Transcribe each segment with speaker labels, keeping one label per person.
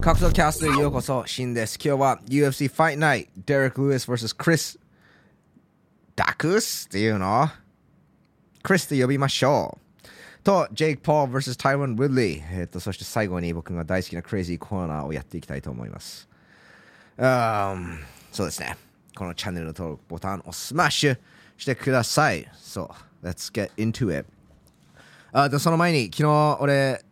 Speaker 1: 格闘キャストへようこそ、シンです。今日は UFC ファイトナイト、デレック・ルイス vs クリス・ダクスっていうのクリスと呼びましょう。と、ジェイク・ポール vs タイロン・ウィリー。えっと、そして最後に僕が大好きなクレイジーコーナーをやっていきたいと思います。うーんそうですね。このチャンネルの登録ボタンをスマッシュしてください。そう。Let's get into it. あでその前に、昨日俺、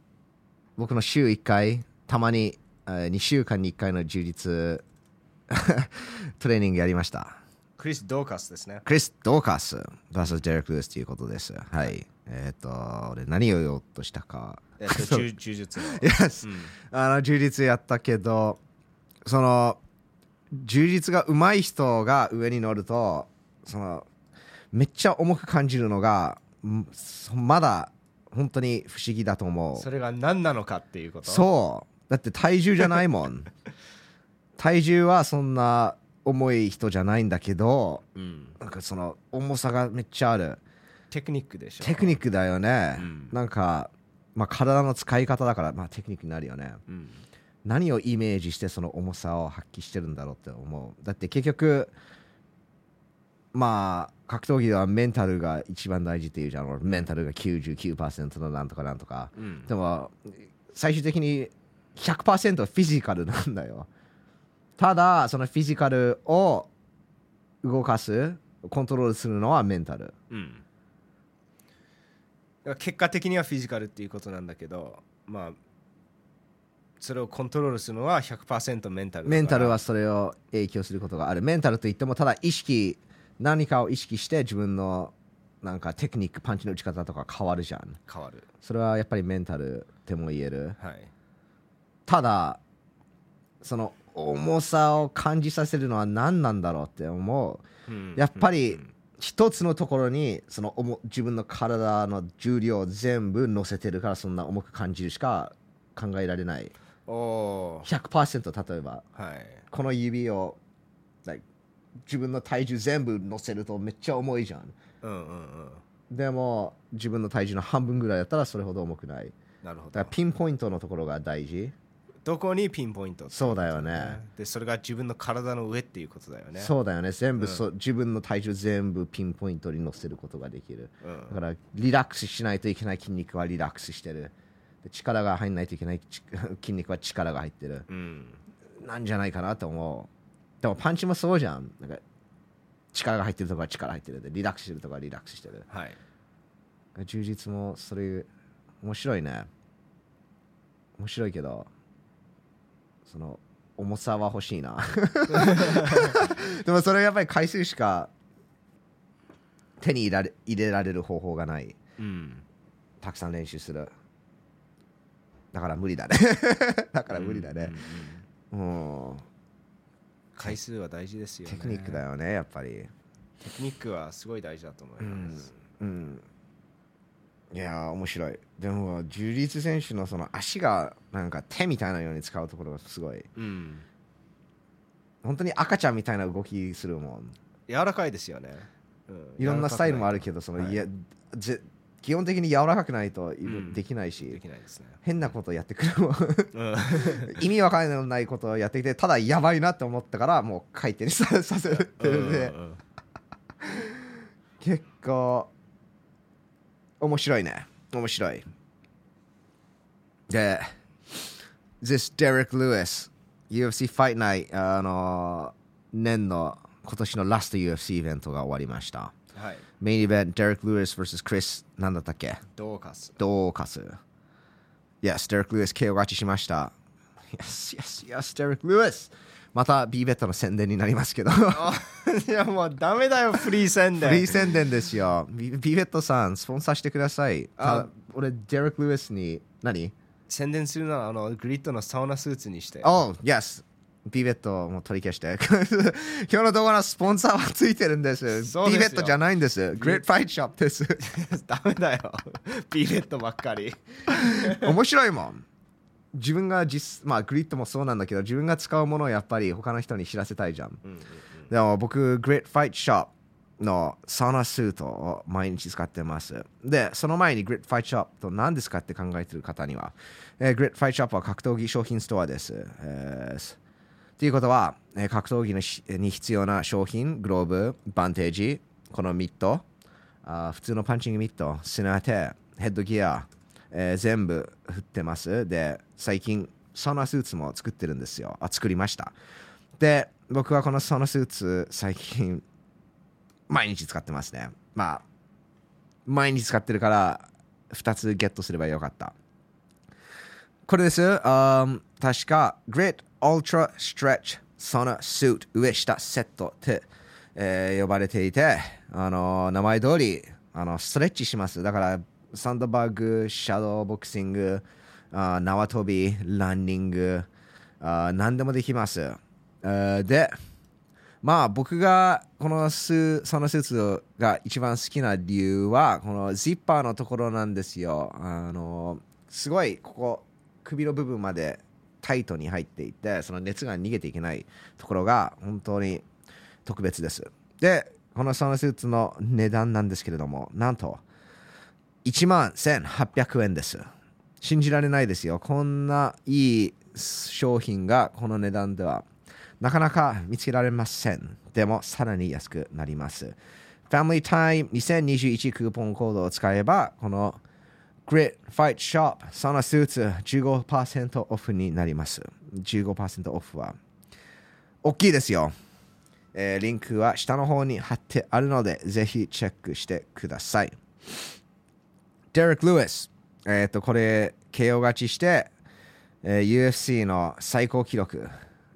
Speaker 1: 僕の週1回、たまに2週間に1回の充実 トレーニングやりました。
Speaker 2: クリス・ドーカスですね。
Speaker 1: クリス・ドーカス VS デレック・ルースということです。はい。えっ、と、俺何を言おうとしたか。
Speaker 2: えっと、柔柔術の。
Speaker 1: Yes あの充実やったけどその充実が上手い人が上に乗るとそのめっちゃ重く感じるのがんそまだ本当に不思議だと思う
Speaker 2: それが何なのかっていうこと。
Speaker 1: そうだって体重じゃないも ん体重はそんな重い人じゃないんだけど
Speaker 2: うん。
Speaker 1: なんかその重さがめっちゃある
Speaker 2: テクニックでしょ。
Speaker 1: テクニックだよね、
Speaker 2: うん
Speaker 1: なんか、まあ、体の使い方だから、まあ、テクニックになるよね、
Speaker 2: うん。
Speaker 1: 何をイメージしてその重さを発揮してるんだろうって思うだって結局まあ格闘技ではメンタルが一番大事っていうじゃん俺メンタルが99%のなんとかなんとか
Speaker 2: うん
Speaker 1: でも最終的に100%フィジカルなんだよただそのフィジカルを動かすコントロールするのはメンタル
Speaker 2: うん。だから結果的にはフィジカルっていうことなんだけど、まあ、それをコントロールするのは100%メンタルだか
Speaker 1: メ
Speaker 2: ら。
Speaker 1: ンタルはそれを影響することがあるメンタルといってもただ意識何かを意識して自分のなんかテクニックパンチの打ち方とか変わるじゃん
Speaker 2: 変わる。
Speaker 1: それはやっぱりメンタルっても言える
Speaker 2: はい。
Speaker 1: ただその重さを感じさせるのは何なんだろうって思う
Speaker 2: うん
Speaker 1: やっぱ
Speaker 2: う
Speaker 1: り
Speaker 2: ん
Speaker 1: 一つのところにその重自分の体の重量を全部乗せてるからそんな重く感じるしか考えられない
Speaker 2: おお。
Speaker 1: 100%例えば
Speaker 2: はい。
Speaker 1: この指を、like 自分の体重全部乗せるとめっちゃ重いじゃん
Speaker 2: うんうんうん。
Speaker 1: でも自分の体重の半分ぐらいだったらそれほど重くない
Speaker 2: なるほ
Speaker 1: だから
Speaker 2: ど。
Speaker 1: ピンポイントのところが大事
Speaker 2: どこにピンポイント
Speaker 1: そうだよね
Speaker 2: で、それが自分の体の上っていうことだよね。
Speaker 1: そうだよね全部そ、自分の体重全部ピンポイントに乗せることができる
Speaker 2: う。うん
Speaker 1: だ。からリラックスしないといけない筋肉はリラックスしてるで力が入んないといけないち 筋肉は力が入ってる
Speaker 2: うん。
Speaker 1: なんじゃないかなと思うでもパンチもそうじゃんなんか力が入ってるとこは力入ってるでリラックスしてるとこはリラックスしてる
Speaker 2: はい。
Speaker 1: 充実もそれ面白いね面白いけどその重さは欲しいな でもそれはやっぱり回数しか手に入れられ入れられる方法がない
Speaker 2: うん。
Speaker 1: たくさん練習するだから無理だね だから無理だねうん
Speaker 2: 回数は大事ですよね
Speaker 1: テクニックだよねやっぱり
Speaker 2: テクニックはすごい大事だと思います、
Speaker 1: うんいやー面白いでもジュリーツ選手のその足がなんか手みたいなように使うところがすごい
Speaker 2: うん
Speaker 1: 本当に赤ちゃんみたいな動きするもん
Speaker 2: 柔らかいですよね、うん
Speaker 1: いろんなスタイルもあるけどその、
Speaker 2: はい
Speaker 1: いやぜ基本的に柔らかくないとい
Speaker 2: ん
Speaker 1: できないし、
Speaker 2: 柔らかくないとできないですね、
Speaker 1: 変なことやってくるもん
Speaker 2: うん、
Speaker 1: 意味わからないことをやってきてただやばいなって思ったからもう回転ささせてるんで、
Speaker 2: うん
Speaker 1: 結構面白いね面白いで This Derek Lewis UFC Fight Night あの年の今年のラスト UFC イベントが終わりました
Speaker 2: はい
Speaker 1: メインイベント Derek Lewis vs Chris なんだったっけ
Speaker 2: ドーカス
Speaker 1: どうかす Yes Derek Lewis KO 勝ちしました Yes Yes Yes Derek Lewis また B ベッドの宣伝になりますけど
Speaker 2: あいやもうダメだよフリー宣伝
Speaker 1: フリー宣伝ですよ。ビビベットさん、スポンサーしてください。
Speaker 2: あ
Speaker 1: あ俺、デレック・ルイスに、何
Speaker 2: 宣伝するならあのグリッドのサウナスーツにして
Speaker 1: おう、yes! ビベットもう取り消して。 今日の動画のスポンサーはついてるんです。
Speaker 2: そう
Speaker 1: ビ
Speaker 2: ですよ
Speaker 1: ベットじゃないんです。グレートファイトショップです。
Speaker 2: ダメだよビーレットばっか り
Speaker 1: 面白いもん。自分が実、まあ、グリッドもそうなんだけど、自分が使うものをやっぱり他の人に知らせたいじゃん。
Speaker 2: うん
Speaker 1: でも僕、グレートファイトショップのサウナスートを毎日使ってます。で、その前にグリッドファイトショップと何ですかって考えてる方には、えーグリッドファイトショップは格闘技商品ストアです。えーということは、えー格闘技のしに必要な商品、グローブ、バンテージ、このミット、あー普通のパンチングミット、砂当て、ヘッドギア、えー全部振ってます。で、最近、サウナスーツも作ってるんですよ。あ、作りました。で、僕はこのサウナスーツ、最近、毎日使ってますね。まあ、毎日使ってるから、2つゲットすればよかった。これです。あー確か、Grit Ultra Stretch Sauna Suit 上下セットって、えー呼ばれていて、あのー名前通りあのストレッチします。だから、サンドバッグ、シャドーボクシング、あー縄跳び、ランニング、あー何でもできます。えーで、まあ僕がこのスそのスーツが一番好きな理由はこのジッパーのところなんですよあのすごいここ首の部分までタイトに入っていてその熱が逃げていけないところが本当に特別ですでこのサウナスーツの値段なんですけれどもなんと1万1800円です信じられないですよこんないい商品がこの値段ではなかなか見つけられません。でも、さらに安くなります。Family Time 2021クーポンコードを使えば、この Grit Fight Shop サウナスーツ15%オフになります。15%オフは大きいですよ。えーリンクは下の方に貼ってあるので、ぜひチェックしてください。Derek Lewis、えっ、と、これ、KO 勝ちして、えー UFC の最高記録、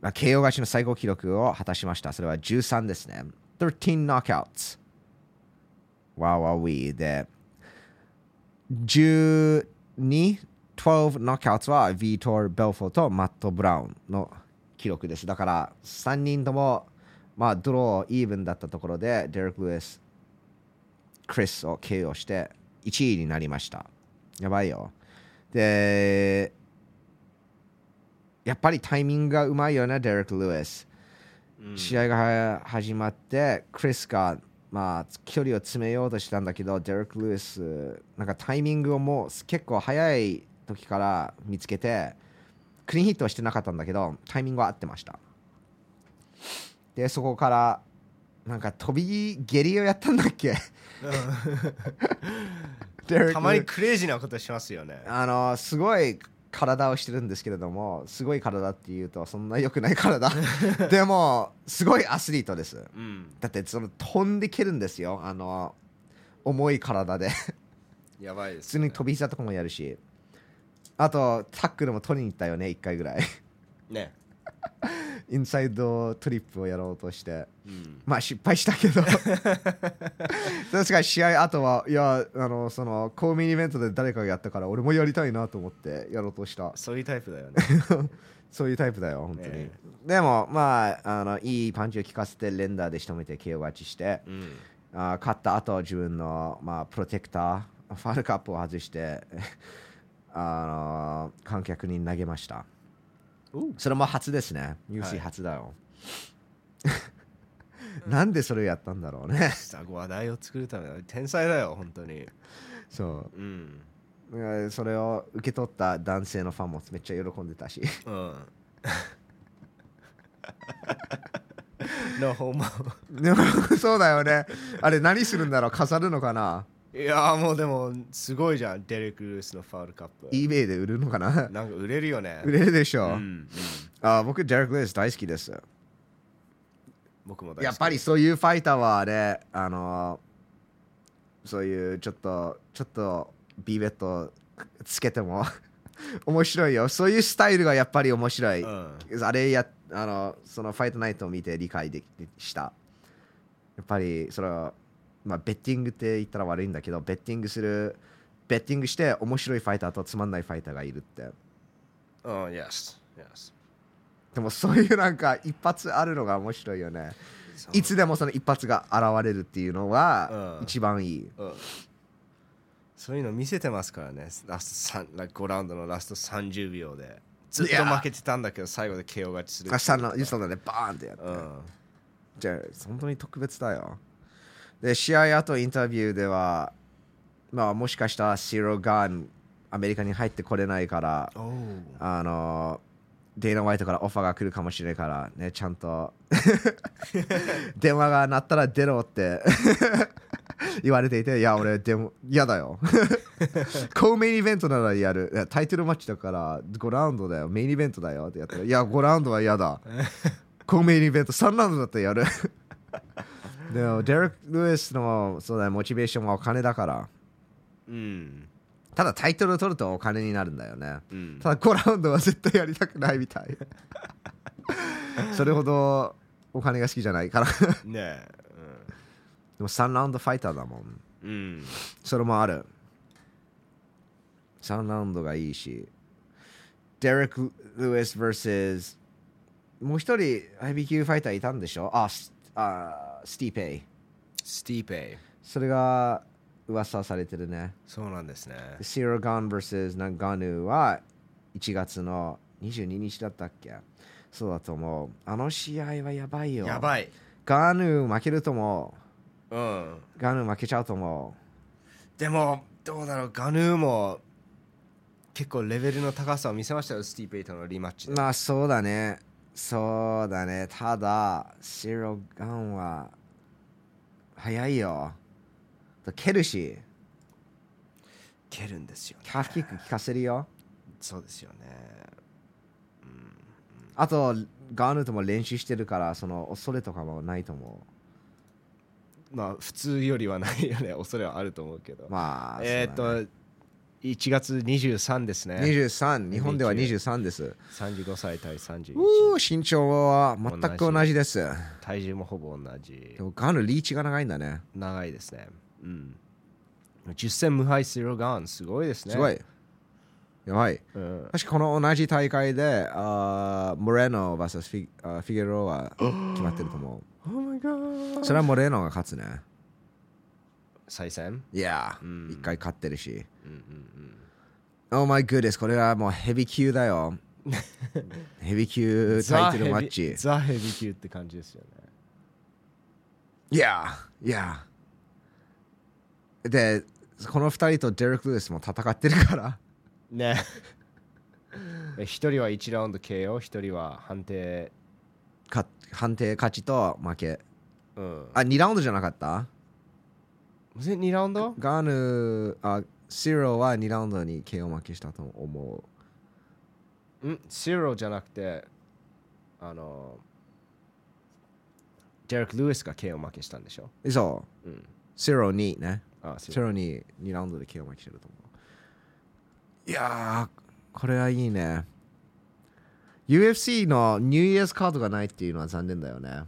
Speaker 1: まあ KO 勝ちの最高記録を果たしました。それは13ですね。13 knockouts。わーわーウィーで、12、12 knockouts は v トール・ベルフォーとマット・ブラウンの記録です。だから3人とも、まあ、ドロー、イーブンだったところで、デレック・ルイス、クリスを KO して1位になりました。やばいよ。で、やっぱりタイミングがうまいよね、デレック・ルイス。
Speaker 2: うん
Speaker 1: 試合がは始まって、クリスが、まあ、距離を詰めようとしたんだけど、デレック・ルイス、なんかタイミングをもう結構早い時から見つけて、クリーンヒットはしてなかったんだけど、タイミングは合ってました。で、そこから、なんか飛び蹴りをやったんだっ けデレック
Speaker 2: たまにクレイジーなことしますよね
Speaker 1: あのすごい体をしてるんですけれどもすごい体っていうとそんな良くない体でもすごいアスリートです
Speaker 2: うん
Speaker 1: だってその飛んで蹴るんですよあの重い体で
Speaker 2: やばいで
Speaker 1: 普
Speaker 2: す
Speaker 1: 通
Speaker 2: よね
Speaker 1: に飛び膝とかもやるしあとタックルも取りに行ったよね1回ぐらい
Speaker 2: ね
Speaker 1: インサイドトリップをやろうとして
Speaker 2: うん
Speaker 1: まあ失敗したけど確かに試合あとはいやあのその公務員イベントで誰かがやったから俺もやりたいなと思ってやろうとした
Speaker 2: そういうタイプだよね
Speaker 1: そういうタイプだよ、本当に。
Speaker 2: ね
Speaker 1: でも、まああの、いいパンチを効かせて、連打で仕留めて、KO 勝ちして、
Speaker 2: うん
Speaker 1: あー勝った後自分の、まあ、プロテクター、ファールカップを外して、 あの観客に投げました。
Speaker 2: おう
Speaker 1: それも初ですね、
Speaker 2: は
Speaker 1: UFC
Speaker 2: い
Speaker 1: 初だよ。 なんでそれをやったんだろうね。
Speaker 2: さ話題を作るためだ天才だよ本当に
Speaker 1: そ
Speaker 2: うん
Speaker 1: ううん。それを受け取った男性のファンもめっちゃ喜んでたし。
Speaker 2: うん のほんま
Speaker 1: でもそうだよね。あれ、何するんだろう飾るのかない
Speaker 2: やーもうでもすごいじゃんデレック・ルースのファウルカップ
Speaker 1: eBay で売るのかな
Speaker 2: なんか売れるよね
Speaker 1: 売れるでし
Speaker 2: う
Speaker 1: ょ、
Speaker 2: ん
Speaker 1: う
Speaker 2: うん
Speaker 1: あ僕デレック・ルイス大好きです
Speaker 2: 僕も大好き
Speaker 1: やっぱりそういうファイターはあれあのそういうちょっとちょっとビベットつけても 面白いよそういうスタイルがやっぱり面白い、
Speaker 2: うん
Speaker 1: あれやあのそのファイトナイトを見て理解できしたやっぱりそれはまあベッティングって言ったら悪いんだけどベッティングするベッティングして面白いファイターとつまんないファイターがいるって
Speaker 2: うん yes yes
Speaker 1: でもそういうなんか一発あるのが面白いよねいつでもその一発が現れるっていうのは
Speaker 2: うん
Speaker 1: 一番いい、
Speaker 2: うんそういうの見せてますからねラスト3 5ラウンドのラスト30秒でずっと負けてたんだけど最後で KO 勝ちする
Speaker 1: あ下の、下のねバーンってやって、
Speaker 2: うん
Speaker 1: じゃあ本当に特別だよで試合後インタビューでは、まあ、もしかしたらシロガンアメリカに入ってこれないから
Speaker 2: おー
Speaker 1: あのデイナ・ホワイトからオファーが来るかもしれないからねちゃんと電話が鳴ったら出ろって 言われていていや俺でも嫌だよ コーメインイベントならやるいやタイトルマッチだから5ラウンドだよメインイベントだよってやったらいや5ラウンドは嫌だコーメインイベント3ラウンドだったらやる でもデレック・ルイスのそうだ、ね、モチベーションはお金だから
Speaker 2: うん
Speaker 1: ただタイトルを取るとお金になるんだよね
Speaker 2: うん
Speaker 1: ただ5ラウンドは絶対やりたくないみたいそれほどお金が好きじゃないから で
Speaker 2: ねえ
Speaker 1: も3ラウンドファイターだもん
Speaker 2: うん、うん、
Speaker 1: それもある3ラウンドがいいしデレック・ルイス vs もう一人 IBQ ファイターいたんでしょあスあスティーペイ
Speaker 2: スティーペイ
Speaker 1: それが噂されてるね
Speaker 2: そうなんですね
Speaker 1: シロガン vs ナガヌーは1月の22日だったっけそうだと思う。あの試合はやばいよ。
Speaker 2: やばい
Speaker 1: ガヌー負けると思
Speaker 2: うん
Speaker 1: う。ガヌー負けちゃうと思
Speaker 2: でもどうだろうガヌーも結構レベルの高さを見せましたよスティーペイとのリマッチ
Speaker 1: う。
Speaker 2: で、
Speaker 1: まあそうだね。そうだね。ただ、シロガンは早いよ。蹴るし、
Speaker 2: 蹴るんですよね
Speaker 1: キャフキック効かせるよ。
Speaker 2: そうですよね
Speaker 1: あと、ガヌーとも練習してるから、その恐れとかもないと思
Speaker 2: まあ普通よりはないよ ね恐れはあると思うけど、
Speaker 1: う。まあ、
Speaker 2: えーっ
Speaker 1: そうだね
Speaker 2: と1月23ですね
Speaker 1: 23日本では23です
Speaker 2: 35歳対31
Speaker 1: うー身長は全く同じです
Speaker 2: 体重もほぼ同じ
Speaker 1: でもガンのリーチが長いんだね
Speaker 2: 長いですねうん10戦無敗スロガンすごいですね
Speaker 1: すごい、やばい
Speaker 2: うん、
Speaker 1: 確かこの同じ大会であーモレノ VS フィあーフィゲロは決まってると思
Speaker 2: Oh my god
Speaker 1: うそれはモレノが勝つね
Speaker 2: 再戦
Speaker 1: いや
Speaker 2: うん
Speaker 1: ー一回勝ってるし
Speaker 2: うんうんうん
Speaker 1: オーマイグーですこれはもうヘビー級だ よヘビー級タイトルマッチ
Speaker 2: ザヘビザヘビ級って感じですよね
Speaker 1: いやいやでこの二人とデレック・ルイスも戦ってるから
Speaker 2: ねえ一人は1ラウンド KO 一人は判定
Speaker 1: か判定勝ちと負け
Speaker 2: うん
Speaker 1: あ2ラウンドじゃなかった
Speaker 2: 2ラウンド
Speaker 1: ガーヌーあシロは2ラウンドに KO 負けしたと思
Speaker 2: んシロじゃなくてあのデレック・ルイスが KO 負けしたんでしょ
Speaker 1: うそう
Speaker 2: うん
Speaker 1: シロにね
Speaker 2: あシ
Speaker 1: シロに2ラウンドで KO 負けしてると思ういやーこれはいいね UFC のニューイヤーズカードがないっていうのは残念だよ ね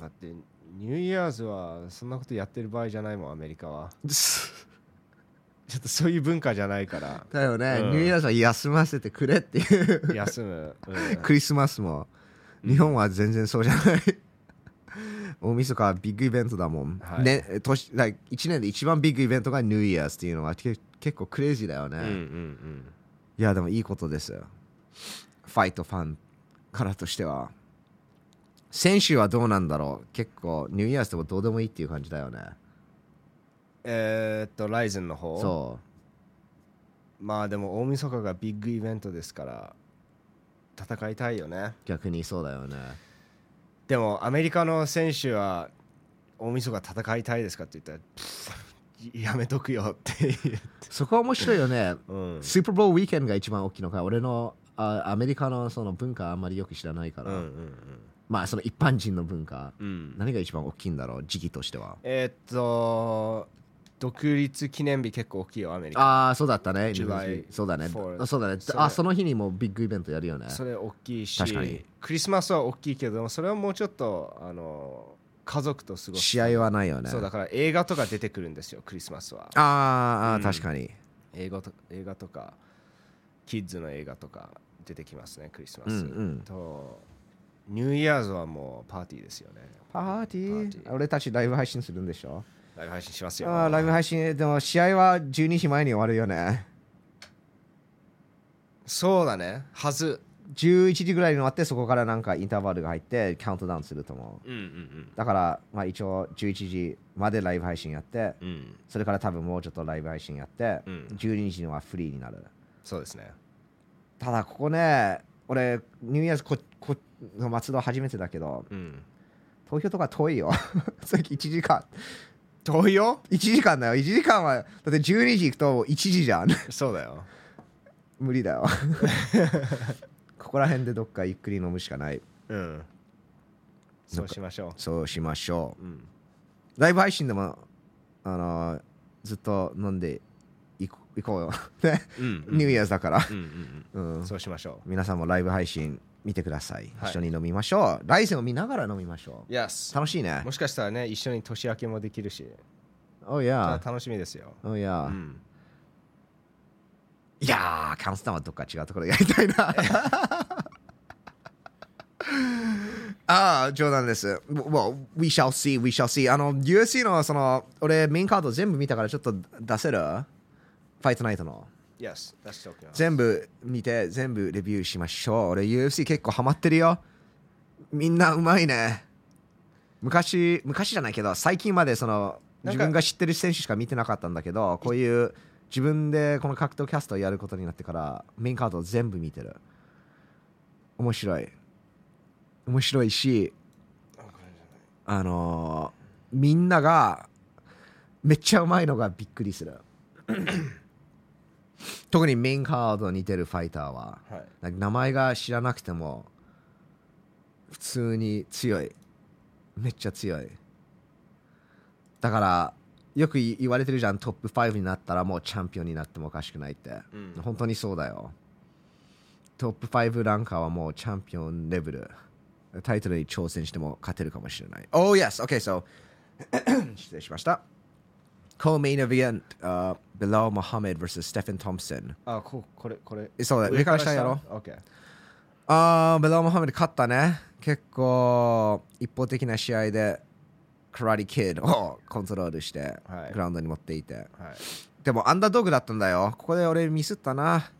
Speaker 2: だってニューイヤーズはそんなことやってる場合じゃないもんアメリカはちょっとそういう文化じゃないから
Speaker 1: だよね、
Speaker 2: うん
Speaker 1: ニューイヤーズは休ませてくれっていう
Speaker 2: 休む、うん
Speaker 1: クリスマスも日本は全然そうじゃない 大晦日はビッグイベントだもん、
Speaker 2: はい
Speaker 1: ね年 like 1年で一番ビッグイベントがニューイヤーズっていうのはけ結構クレイジーだよね、
Speaker 2: うんうんうん
Speaker 1: いやでもいいことですよファイトファンからとしては選手はどうなんだろう結構ニューイヤーズでもどうでもいいっていう感じだよね
Speaker 2: えーっとライズンの方
Speaker 1: そ
Speaker 2: まあでも大晦日がビッグイベントですから戦いたいよね
Speaker 1: う逆にそうだよね
Speaker 2: でもアメリカの選手は大晦日戦いたいですかって言ったら プッやめとくよっていう、
Speaker 1: そこは面白いよね
Speaker 2: うん
Speaker 1: スーパーボウルウィーケンドが一番大きいのか俺のあアメリカのその文化あんまりよく知らないか
Speaker 2: う
Speaker 1: ら、
Speaker 2: んうん
Speaker 1: まあその一般人の文化
Speaker 2: うんうん
Speaker 1: 何が一番大きいんだろう時期としては
Speaker 2: えーっと独立記念日結構大きいよアメリカ
Speaker 1: ああそうだったね
Speaker 2: July
Speaker 1: そうだね
Speaker 2: fourth
Speaker 1: あそうだね
Speaker 2: それ
Speaker 1: あその日にもビッグイベントやるよね
Speaker 2: それ大きいし
Speaker 1: 確かに
Speaker 2: クリスマスは大きいけどもそれはもうちょっとあの家族と過ごす
Speaker 1: 試合はないよね
Speaker 2: そうだから映画とか出てくるんですよクリスマスは
Speaker 1: あーあー
Speaker 2: うん
Speaker 1: 確かに、
Speaker 2: 映画と映画とかキッズの映画とか出てきますねクリスマ
Speaker 1: う
Speaker 2: ス、
Speaker 1: んうん
Speaker 2: とニューイヤーズはもうパーティーですよね
Speaker 1: パーティー
Speaker 2: パ
Speaker 1: 俺たちライブ配信するんでしょ
Speaker 2: ライブ配信しますよ
Speaker 1: あーライブ配信でも試合は12時前に終わるよね
Speaker 2: そうだねはず
Speaker 1: 11時ぐらいに終わってそこからなんかインターバルが入ってカウントダウンすると思う
Speaker 2: うんうん
Speaker 1: だからまあ一応11時までライブ配信やって
Speaker 2: うんうん
Speaker 1: それから多分もうちょっとライブ配信やって、
Speaker 2: うん
Speaker 1: 12時にはフリーになる
Speaker 2: そうですね
Speaker 1: ただここね俺ニューイヤーズここの松戸初めてだけど
Speaker 2: うん
Speaker 1: 東京とか遠いよ さっき1時間
Speaker 2: 遠いよ
Speaker 1: 1時間だよ1時間はだって12時行くと1時じゃん
Speaker 2: そうだよ
Speaker 1: 無理だ よここら辺でどっかゆっくり飲むしかない
Speaker 2: うんそうしましょ
Speaker 1: そうしましょ
Speaker 2: ううん
Speaker 1: うライブ配信でもあのーずっと飲んでいこいこうよ、 ね
Speaker 2: うん
Speaker 1: ニューイヤーズだから、
Speaker 2: うんうん
Speaker 1: う
Speaker 2: うんん、そうしましょ
Speaker 1: 皆さんもライブ配信見てください、
Speaker 2: はい
Speaker 1: 一緒に飲みましょう来世を見ながら飲みましょ
Speaker 2: う Yes
Speaker 1: う楽しいね
Speaker 2: もしかしたらね一緒に年明けもできるし
Speaker 1: Oh yeah
Speaker 2: 楽しみですよ
Speaker 1: Oh yeah、
Speaker 2: うん
Speaker 1: いやーカンスタンはどっか違うところでやりたいなああ冗談です Well we shall see we shall see あの UFC のその俺メインカード全部見たからちょっと出せるファイトナイトの
Speaker 2: Yes 出しておきます
Speaker 1: 全部見て全部レビューしましょう俺 UFC 結構ハマってるよみんなうまいね昔昔じゃないけど最近までその
Speaker 2: なん
Speaker 1: 自
Speaker 2: か
Speaker 1: 分が知ってる選手しか見てなかったんだけどこういう自分でこの格闘キャストをやることになってからメインカードを全部見てる面白い面白いしあのーみんながめっちゃうまいのがびっくりする 特にメインカードに出るファイターは
Speaker 2: はい
Speaker 1: なんか名前が知らなくても普通に強いめっちゃ強いだからよくい言われてるじゃんトップ5になったらもうチャンピオンになってもおかしくないって、
Speaker 2: うん
Speaker 1: 本当にそうだよトップ5ランカーはもうチャンピオンレベルタイトルに挑戦しても勝てるかもしれない Oh yes okay so 失礼しました Co-main event、uh, Bilal Muhammad vs. Stephen Thompson
Speaker 2: あここれこれ
Speaker 1: そうだ上から下やろ
Speaker 2: オッケー
Speaker 1: あーベラーモハメド勝ったね結構一方的な試合でカラリキッドを コントロールして
Speaker 2: はい
Speaker 1: グラウンドに持っていて、
Speaker 2: はい
Speaker 1: でもアンダードッグだったんだよここで俺ミスったな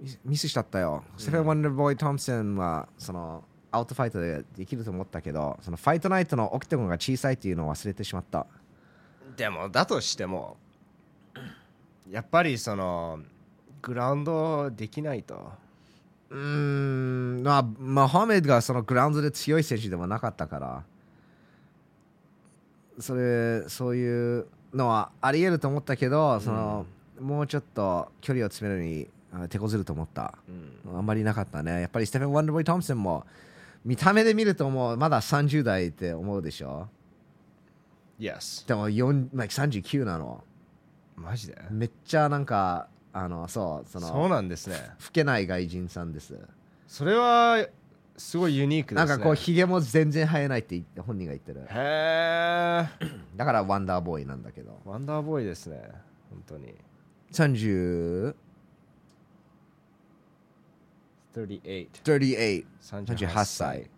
Speaker 1: ミスミスしちゃったよ、セフェン・ワンダーボーイ・トンプソンはそのアウトファイトでできると思ったけどそのファイトナイトのオクテゴンが小さいっていうのを忘れてしまった
Speaker 2: でもだとしてもやっぱりそのグラウンドできないと
Speaker 1: うーんまあマハメドがそのグラウンドで強い選手でもなかったからそれそういうのはあり得ると思ったけどその、もうちょっと距離を詰めるのにあ手こずると思った
Speaker 2: うん
Speaker 1: あんまりなかったねやっぱりステフェン・ワンダーボーイ・トンプソンも見た目で見るともうまだ30代って思うでしょ
Speaker 2: Yes
Speaker 1: でも4 like 39なの
Speaker 2: マジで
Speaker 1: めっちゃなんかあのそうその
Speaker 2: そうなんですね
Speaker 1: 老けない外人さんです
Speaker 2: それはすごいユニークで
Speaker 1: な
Speaker 2: すね
Speaker 1: んかこうひげも全然生えないって言って本人が言ってる
Speaker 2: へえ
Speaker 1: だからワンダーボーイなんだけど
Speaker 2: ワンダーボーイですね本当に
Speaker 1: 30
Speaker 2: 38
Speaker 1: 38
Speaker 2: 38
Speaker 1: 38歳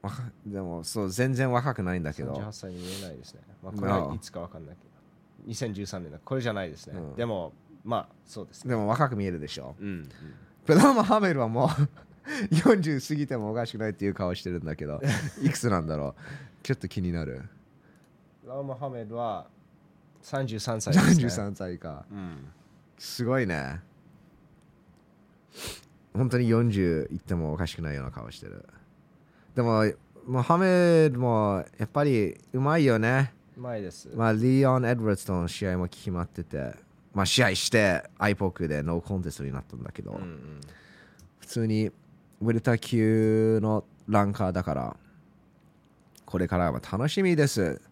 Speaker 1: わかでもそう全然若くないんだけ
Speaker 2: 38
Speaker 1: ど
Speaker 2: 歳に見えないですね、まあ、これは
Speaker 1: No
Speaker 2: いつかわかんないけど2013年だこれじゃないですね、
Speaker 1: うん
Speaker 2: でもまあそうですね
Speaker 1: でも若く見えるでしょ
Speaker 2: うん、うん
Speaker 1: ベラーマ・ハメルはもう 40過ぎてもおかしくないっていう顔してるんだけ どいくつなんだろうちょっと気になる
Speaker 2: ラウムハメドは33歳です、ね、
Speaker 1: 33歳か
Speaker 2: うん
Speaker 1: すごいね本当に40いってもおかしくないような顔してるでもモハメドもやっぱりうまいよね
Speaker 2: 前です、
Speaker 1: まあ、リオン・エドワーズとの試合も決まってて、まあ、試合して、アイポークでノーコンテストになったんだけど、
Speaker 2: うんうん、
Speaker 1: 普通にウェルター級のランカーだから、これからは楽しみです。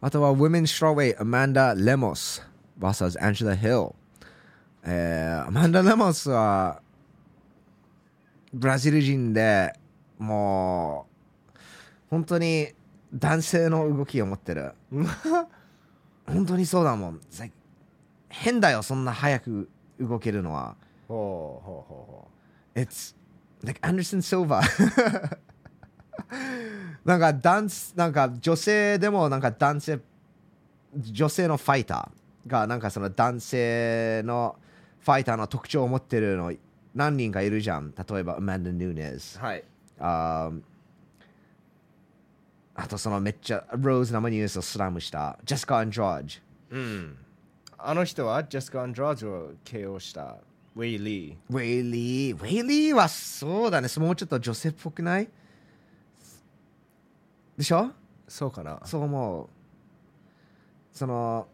Speaker 1: あとは、ウィメン・ストローウェイ、アマンダ・レモス、vs アンジェラ・ヒル。えー、アマンダ・レモスは、ブラジル人でもう、本当に男性の動きを持ってる。 本当にそうだもん。ぜ変だよ、そんな早く動けるのは。
Speaker 2: ほうほうほうほ
Speaker 1: It's like Anderson Silva なんかダンスなんか女性でもなんか男性女性のファイターがなんかその男性のファイターの特徴を持ってるの何人かいるじゃん。例えば、アマンダ・ヌーネス。
Speaker 2: はい
Speaker 1: あーあと、そのめっちゃ、ローズ生ニュースをスラムした、ジェスカ・アンドラージ。
Speaker 2: うんあの人はジェスカ・アンドラージを KO したウェイ・リー
Speaker 1: ウェイリー、ウェイリーはそうだね。もうちょっと女性っぽくないでしょ
Speaker 2: そうかな
Speaker 1: そう思う。その、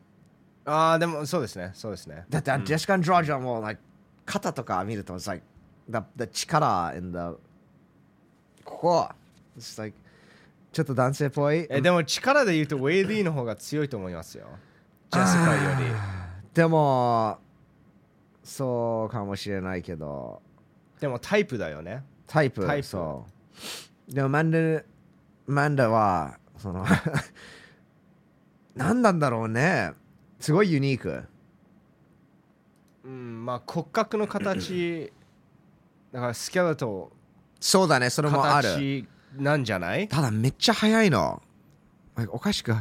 Speaker 2: ああでもそうですねそうですね
Speaker 1: だって、ジェシカ・アンドラージはもう、like 肩とか見ると、it's like, the, the 力 and the, ここ、it's like, ちょっと男性っぽい。
Speaker 2: えでも力で言うとウェイ・リーの方が強いと思いますよジェスカより
Speaker 1: でも、そうかもしれないけど、
Speaker 2: でもタイプだよね
Speaker 1: タイプ
Speaker 2: タイプ
Speaker 1: そうでもマンダマンダはその 何なんだろうねすごいユニーク
Speaker 2: うんまあ骨格の 形だからスケルト
Speaker 1: そうだねそれもある
Speaker 2: 形なんじゃない
Speaker 1: ただめっちゃ速いのなんかおかしく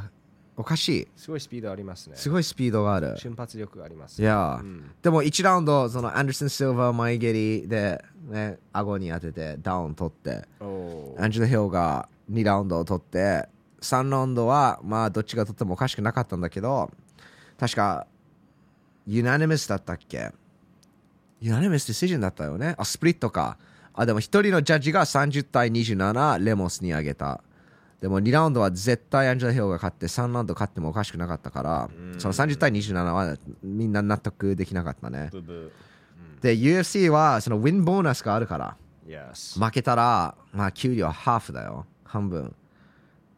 Speaker 1: おかしい
Speaker 2: すごいスピードありますね
Speaker 1: すごいスピードがある
Speaker 2: 瞬発力があります
Speaker 1: いや、
Speaker 2: うん
Speaker 1: でも1ラウンドそのアンダーソン・シルバー前蹴りでね顎に当ててダウン取って
Speaker 2: お
Speaker 1: アンジェラ・ヒルが2ラウンドを取って3ラウンドはまあどっちが取ってもおかしくなかったんだけど確かユナニメスだったっけユナニメスディシジョンだったよねあスプリットかあでも1人のジャッジが30対27レモスにあげたでも2ラウンドは絶対アンジェラ・ヒルが勝って3ラウンド勝ってもおかしくなかったからその30対27はみんな納得できなかったね
Speaker 2: ブブ
Speaker 1: で UFC はそのウィンボーナスがあるから
Speaker 2: ー Yes
Speaker 1: 負けたら、まあ、給料はハーフだよ。半分。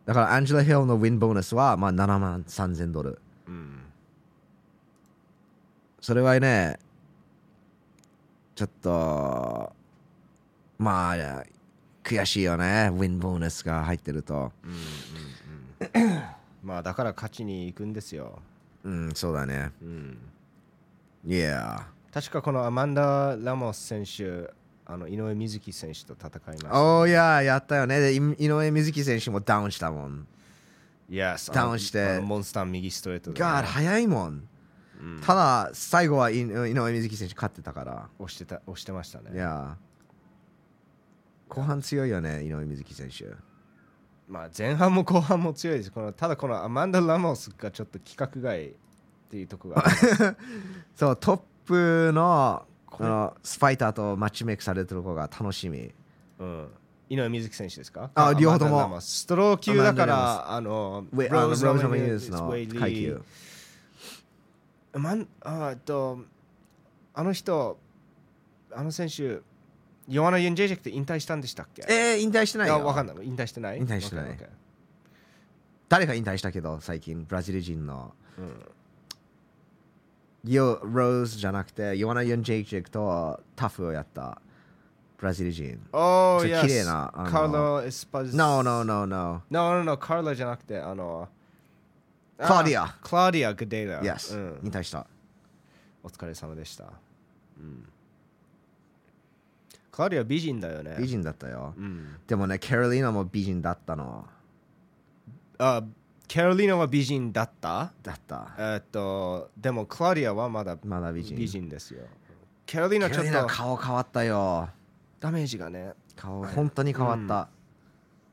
Speaker 1: だから、アンジェラ・ヒルのウィンボーナスは、まあ、7万3000ドル。
Speaker 2: うん
Speaker 1: それはね、ちょっと、まあ、悔しいよね。ウィンボーナスが入ってると。
Speaker 2: まあだから勝ちに行くんですよ
Speaker 1: うん、そうだね。
Speaker 2: うん
Speaker 1: いや。
Speaker 2: 確かこのアマンダ・ラモス選手あの井上瑞希選手と戦いまし
Speaker 1: おーいや、やったよね。で、い井上瑞希選手もダウンしたもん。
Speaker 2: た Yes
Speaker 1: ダウンして
Speaker 2: あのモンスター右ストレートでね、
Speaker 1: ガー早いもん。
Speaker 2: うん
Speaker 1: ただ、最後は井井上瑞希選手勝ってたから。
Speaker 2: 押してた押してました
Speaker 1: い
Speaker 2: ね
Speaker 1: や後半強いよね、井上瑞希選手。
Speaker 2: まあ前半も後半も強いですこのただこのアマンダ・ラモスがちょっと規格外っていうところ があります
Speaker 1: そう、トップの
Speaker 2: こ
Speaker 1: こ
Speaker 2: れ
Speaker 1: のスファイターとマッチメイクされてる子が楽しみ。
Speaker 2: うん井上瑞希選手ですか
Speaker 1: あ両方とも
Speaker 2: アマンダラモスストロー級だか
Speaker 1: アマンダ
Speaker 2: らあの
Speaker 1: ウェあのローズ・ロムニュース
Speaker 2: ウェイ
Speaker 1: の
Speaker 2: リー
Speaker 1: 階級。
Speaker 2: まんあえっとあの人あの選手ヨアナ・ユンジェジェクって引退したんでしたっけ
Speaker 1: えー、引退してない
Speaker 2: いやわか
Speaker 1: よ。
Speaker 2: んない引退してない
Speaker 1: 引退してない
Speaker 2: OK OK
Speaker 1: 誰か引退したけど、最近、ブラジル人の。
Speaker 2: うん
Speaker 1: ヨローズじゃなくて、ヨアナ・ユン・ジェイク・ジェクとタフをやったブラジル人。
Speaker 2: お
Speaker 1: そ
Speaker 2: ー、
Speaker 1: れ
Speaker 2: yes
Speaker 1: 綺麗なあの
Speaker 2: カーロ・エスパズ
Speaker 1: No, no, no, no.
Speaker 2: No, no, no, カーロじゃなくて、あの、
Speaker 1: クラウディア
Speaker 2: あクラウディア・グデイラ。
Speaker 1: Yes、
Speaker 2: うん
Speaker 1: 引退した。
Speaker 2: お疲れ様でした。うんクラウディア美人だよね。
Speaker 1: 美人だったよ。
Speaker 2: うん
Speaker 1: でもね、カロリーナも美人だったの。
Speaker 2: あ、カロリーナは美人だった
Speaker 1: だった。
Speaker 2: えっと、でもクラウディアはまだ
Speaker 1: まだ美人。
Speaker 2: 美人ですよ。カロリーナ
Speaker 1: カ
Speaker 2: ち
Speaker 1: ロ
Speaker 2: ょ
Speaker 1: リ
Speaker 2: っ
Speaker 1: ーナ
Speaker 2: と
Speaker 1: 顔変わったよ。
Speaker 2: ダメージがね。
Speaker 1: 顔、本当に変わった。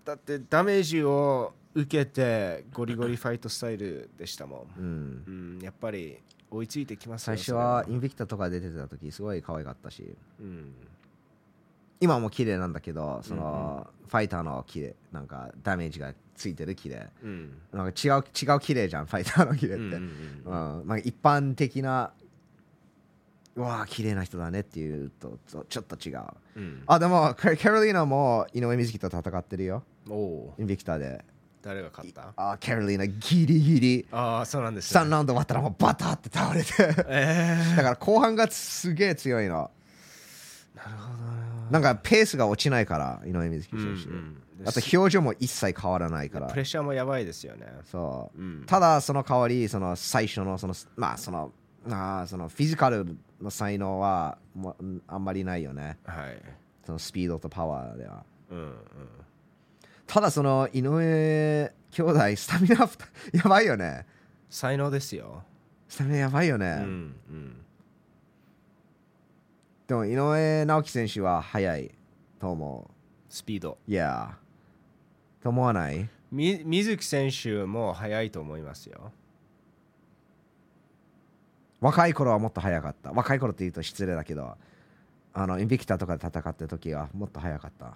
Speaker 2: だってダメージを受けてゴリゴリファイトスタイルでしたも
Speaker 1: う
Speaker 2: ん。
Speaker 1: ん
Speaker 2: うん、やっぱり追いついてきます
Speaker 1: 最
Speaker 2: よ
Speaker 1: 初は
Speaker 2: そ
Speaker 1: イ
Speaker 2: れ
Speaker 1: ンビクタとか出てた時すごい可愛かったし
Speaker 2: うん、
Speaker 1: 今も綺麗なんだけどそのファイターの綺麗なんかダメージがついてる綺麗
Speaker 2: うん、
Speaker 1: なんか違う違う綺麗じゃんファイターの綺麗
Speaker 2: う
Speaker 1: っ
Speaker 2: ん
Speaker 1: て、
Speaker 2: うんう
Speaker 1: うん
Speaker 2: ん
Speaker 1: なんか一般的なうわあ綺麗な人だねっていうととちょっと違う
Speaker 2: うん
Speaker 1: あでもカカロリーナも井上瑞希と戦ってるよ
Speaker 2: おお
Speaker 1: インビクタで
Speaker 2: 誰が勝った
Speaker 1: あカロリーナギリギリ
Speaker 2: ああそうなんです
Speaker 1: 3ラウンド終わったらもうバタって倒れ て
Speaker 2: え
Speaker 1: だから後半がすげえ強いの
Speaker 2: えなるほどな
Speaker 1: なんかペースが落ちないから、井上瑞希選手。
Speaker 2: うん
Speaker 1: あと表情も一切変わらないから
Speaker 2: プレ。ッシャーもやばいですよね
Speaker 1: そう、
Speaker 2: うん
Speaker 1: ただ、その代わり、その最初の、その、まあ、その、まあ、そのフィジカルの才能は、もううんあんまりないよね。
Speaker 2: はい
Speaker 1: そのスピードとパワーでは。
Speaker 2: うんうん
Speaker 1: ただ、その、井上兄弟、スタミナ、やばいよね。
Speaker 2: 才能ですよ
Speaker 1: スタミナやばいよね。
Speaker 2: うんうん
Speaker 1: でも井上直樹選手は速いと思
Speaker 2: スピード
Speaker 1: う。いや。と思わない
Speaker 2: み水木選手も速いと思いますよ
Speaker 1: 若い頃はもっと速かった。若い頃って言うと失礼だけど、あの、インビクタとかで戦ってる時はもっと速かった。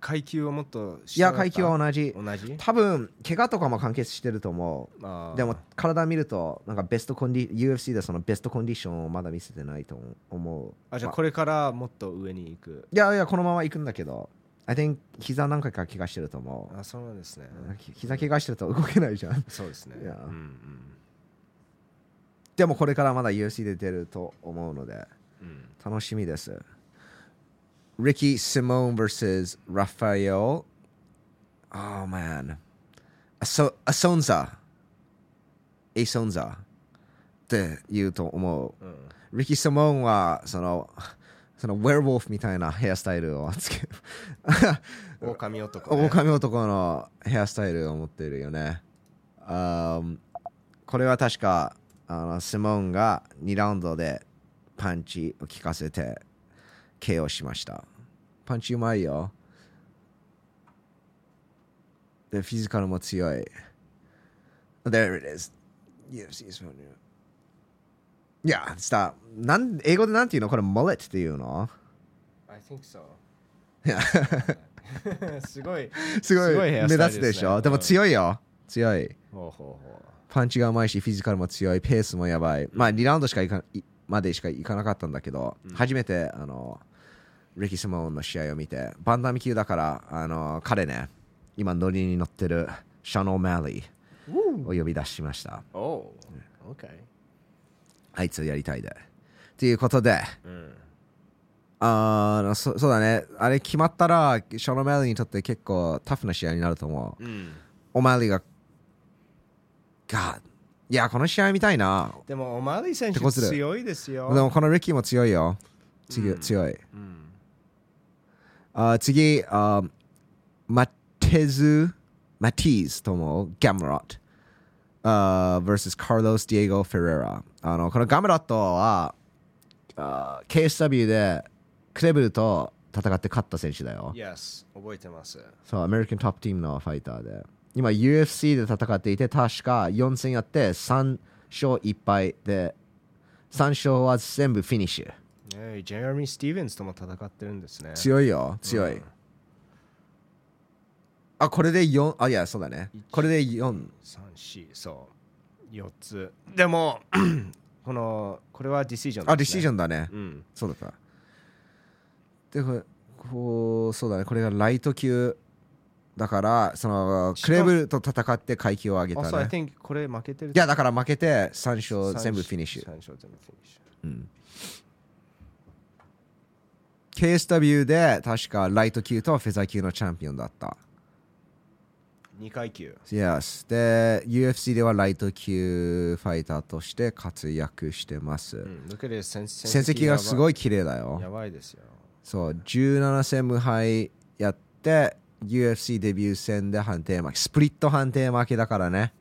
Speaker 2: 階級はもっと
Speaker 1: いや、階級は同じ。
Speaker 2: 同じ
Speaker 1: 多分、怪我とかも関係してると思う。
Speaker 2: あー
Speaker 1: でも、体見ると、なんかベストコンディ、UFC でそのベストコンディションをまだ見せてないと思う。
Speaker 2: あじゃあ
Speaker 1: ま
Speaker 2: これからもっと上に行く
Speaker 1: いやいや、このまま行くんだけど、I think 膝何回か怪我してると思
Speaker 2: あそうなんですね
Speaker 1: う。ひ膝怪我してると動けないじゃん。
Speaker 2: そうですね
Speaker 1: いや
Speaker 2: うんうん
Speaker 1: でもこれからまだ UFC で出ると思うので、
Speaker 2: うん
Speaker 1: 楽しみです。Ricky Simone vs. Rafael. Oh man. Aso- Asonza. Asonza. って言うと思う。
Speaker 2: うん
Speaker 1: リキ・サモンはそのそのウェルウォルフみたいなヘアスタイルをつける
Speaker 2: 狼男、ね、
Speaker 1: 狼男のヘアスタイルを持っているよねあーこれは確かあのシモンが2ラウンドでパンチを効かせて KO しましたパンチうまいよでフィジカルも強い There it is UFC is running. いやさなん英語でなんていうのこれ mullet っていうの
Speaker 2: I think so
Speaker 1: いや
Speaker 2: すごい
Speaker 1: すごい
Speaker 2: すごいヘ
Speaker 1: 目
Speaker 2: アスタイル
Speaker 1: 立つでしょ
Speaker 2: ですね
Speaker 1: で
Speaker 2: う
Speaker 1: も
Speaker 2: ん
Speaker 1: 強いよ強い
Speaker 2: ほうほうほ
Speaker 1: パンチがうまいしフィジカルも強いペースもやばいまあ2ラウンドしかいかいまでしかいかなかったんだけど、初めてあのリキ・スモーンの試合を見てバンダム級だからあの彼ね今ノリに乗ってるシャノー・マリーを呼び出しました
Speaker 2: うおう OK
Speaker 1: あいつをやりたいでということで
Speaker 2: うん
Speaker 1: あーそそうだねあれ決まったらシャノー・マリーにとって結構タフな試合になると思う
Speaker 2: うん
Speaker 1: オマーリーが、God いや、この試合見たいな。
Speaker 2: でもオマーリー選手
Speaker 1: 手こずる
Speaker 2: 強いです
Speaker 1: で
Speaker 2: よ
Speaker 1: もこのリッキーも強いよ。次、
Speaker 2: うん
Speaker 1: 強い。
Speaker 2: うん
Speaker 1: あー次あー、マテズ、マティーズとも、ガムロット。あー vs カルロス・ディエゴ・フェレラ。あの、このガムロットは、あー KSW でクレブルと戦って勝った選手だよ。
Speaker 2: Yes 覚えてます
Speaker 1: そう、アメリカントップチームのファイターで。今、UFC で戦っていて、確か4戦やって3勝1敗で、3勝は全部フィニッシュ。
Speaker 2: ねえジェラミー・スティーヴンスとも戦ってるんですね
Speaker 1: 強いよ、強い。
Speaker 2: うん
Speaker 1: あ、これで4、あ、いや、そうだね。これで4。
Speaker 2: 34そう4つでも このこれはディシジョンです、ね、
Speaker 1: あ、ディシジョンだね。
Speaker 2: うん
Speaker 1: そうだった。で、これ、こう、そうだね。これがライト級だから、その、クレブルと戦って階級を上げた
Speaker 2: Also I
Speaker 1: ね。
Speaker 2: think これ負けてる
Speaker 1: いや、だから負けて3
Speaker 2: 三
Speaker 1: 勝全部フィニッシュ
Speaker 2: 三。勝全部フィニッシュ
Speaker 1: KSW で確かライト級とフェザー級のチャンピオンだった。
Speaker 2: 2階級
Speaker 1: Yes. で、UFC ではライト級ファイターとして活躍してます。
Speaker 2: うん、look at his 戦
Speaker 1: 戦績がす
Speaker 2: い
Speaker 1: ごい綺麗だよ。
Speaker 2: やばいですよ
Speaker 1: そう、17戦無敗やって、UFC デビュー戦で判定負け。スプリット判定負けだからね。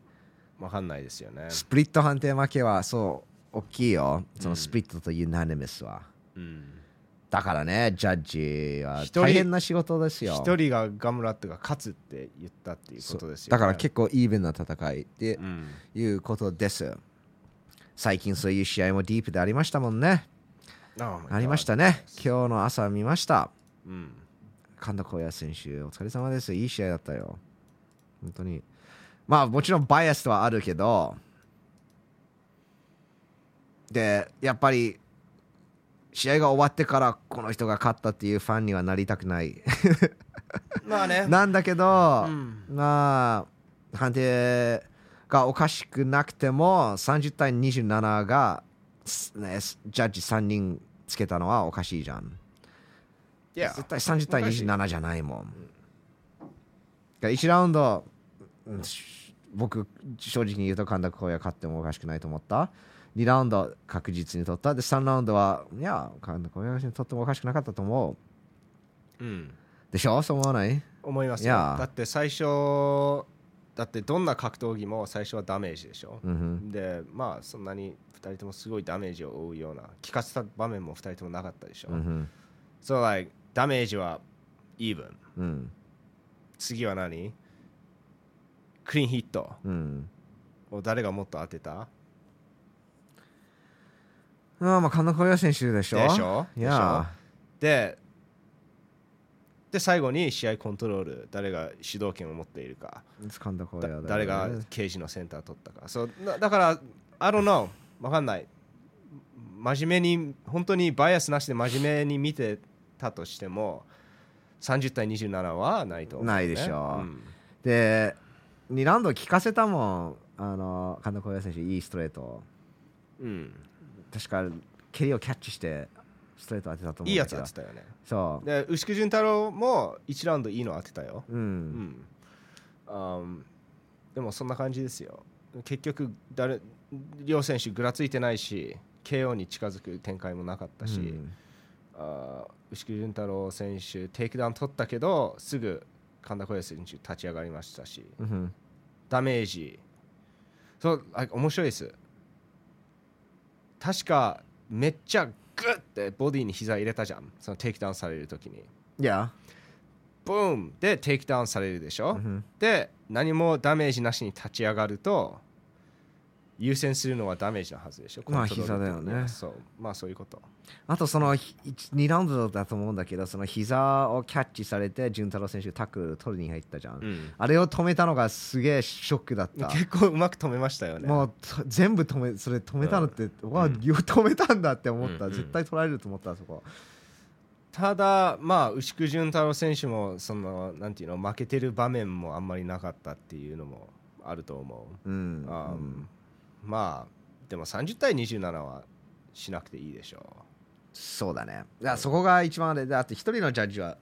Speaker 2: わかんないですよね
Speaker 1: スプリット判定負けはそう、大きいよ。そのスプリットとユナニミスは。
Speaker 2: うん
Speaker 1: だからね、ジャッジは
Speaker 2: 一人
Speaker 1: 大変な仕事ですよ。
Speaker 2: 一人がガムラットが勝つって言ったっていう
Speaker 1: そう
Speaker 2: ことですよ、ね、
Speaker 1: だから結構イーブンな戦いって
Speaker 2: うん
Speaker 1: いうことです。最近そういう試合もディープでありましたもんね。ありまし、たね。今日の朝見ました。
Speaker 2: うん、
Speaker 1: 神田光也選手、お疲れ様です。いい試合だったよ。本当に。まあもちろんバイアスはあるけど、で、やっぱり試合が終わってからこの人が勝ったっていうファンにはなりたく ない。
Speaker 2: まあね
Speaker 1: なんだけど、
Speaker 2: うん
Speaker 1: まあ判定がおかしくなくても30対27が、すね、すジャッジ3人つけたのはおかしいじゃん。
Speaker 2: いや
Speaker 1: 絶対30対27じゃないもん。が1ラウンド、うんし僕正直に言うと神田光也勝ってもおかしくないと思った。2ラウンド確実に取った。で3ラウンドはいや神田光也に取ってもおかしくなかったと思う。
Speaker 2: うん
Speaker 1: でしょそう思わない
Speaker 2: 思います
Speaker 1: い
Speaker 2: よ
Speaker 1: や
Speaker 2: だって最初だってどんな格闘技も最初はダメージでしょ、
Speaker 1: うん
Speaker 2: でまあそんなに2人ともすごいダメージを負うような聞かせた場面も2人ともなかったでしょ、
Speaker 1: うん
Speaker 2: So like ダメージは even
Speaker 1: うん
Speaker 2: 次は何クリーンヒット
Speaker 1: うん
Speaker 2: を誰がもっと当てた
Speaker 1: ああまあ神奈川選手でしょ
Speaker 2: でしょ
Speaker 1: いや
Speaker 2: でで最後に試合コントロール誰が主導権を持っているか
Speaker 1: 掴んだ声
Speaker 2: だ
Speaker 1: だよね
Speaker 2: 誰が刑事のセンター取ったかそうだだから I don't know わかんない真面目に本当にバイアスなしで真面目に見てたとしても30対27はないと思うね、
Speaker 1: ないでしょ
Speaker 2: うん
Speaker 1: で2ラウンド聞かせたもんあの神田小屋選手いいストレート
Speaker 2: うん
Speaker 1: 確か蹴りをキャッチしてストレート当てたと思
Speaker 2: いうい
Speaker 1: ん
Speaker 2: や
Speaker 1: だ
Speaker 2: つ
Speaker 1: けど
Speaker 2: 当てたよね
Speaker 1: そ
Speaker 2: で牛久潤太郎も1ラウンドいいの当てたよ、
Speaker 1: うう
Speaker 2: うんんあーでもそんな感じですよ結局誰両選手ぐらついてないし KO に近づく展開もなかったし、
Speaker 1: うん
Speaker 2: あー牛久潤太郎選手テイクダウン取ったけどすぐ神田小屋選手立ち上がりましたし
Speaker 1: うん
Speaker 2: ダメージそうあ面白いです確かめっちゃグッてボディに膝入れたじゃんそのテイクダウンされる時に
Speaker 1: いや
Speaker 2: ブーンでテイクダウンされるでしょ、
Speaker 1: うん
Speaker 2: で何もダメージなしに立ち上がると優先するのはダメージのはずでしょ
Speaker 1: まあ
Speaker 2: コントロール的には
Speaker 1: 膝だよね
Speaker 2: そうまあそういうこと
Speaker 1: あとその2ラウンドだと思うんだけどその膝をキャッチされて潤太郎選手タックル取りに入ったじゃん、
Speaker 2: うん
Speaker 1: あれを止めたのがすげえショックだ った
Speaker 2: 結構うまく止めましたよね
Speaker 1: もうと全部止めそれ止めたのって、うわ
Speaker 2: うん
Speaker 1: よ止めたんだって思った、
Speaker 2: うんうん
Speaker 1: 絶対取られると思ったあそこ
Speaker 2: ただまあ牛久潤太郎選手もそのなんていうの負けてる場面もあんまりなかったっていうのもあると思う、
Speaker 1: うん
Speaker 2: あー
Speaker 1: うん
Speaker 2: まあでも30対27はしなくていいでしょ
Speaker 1: そうだねだからそこが一番あれであって一人のジャッジは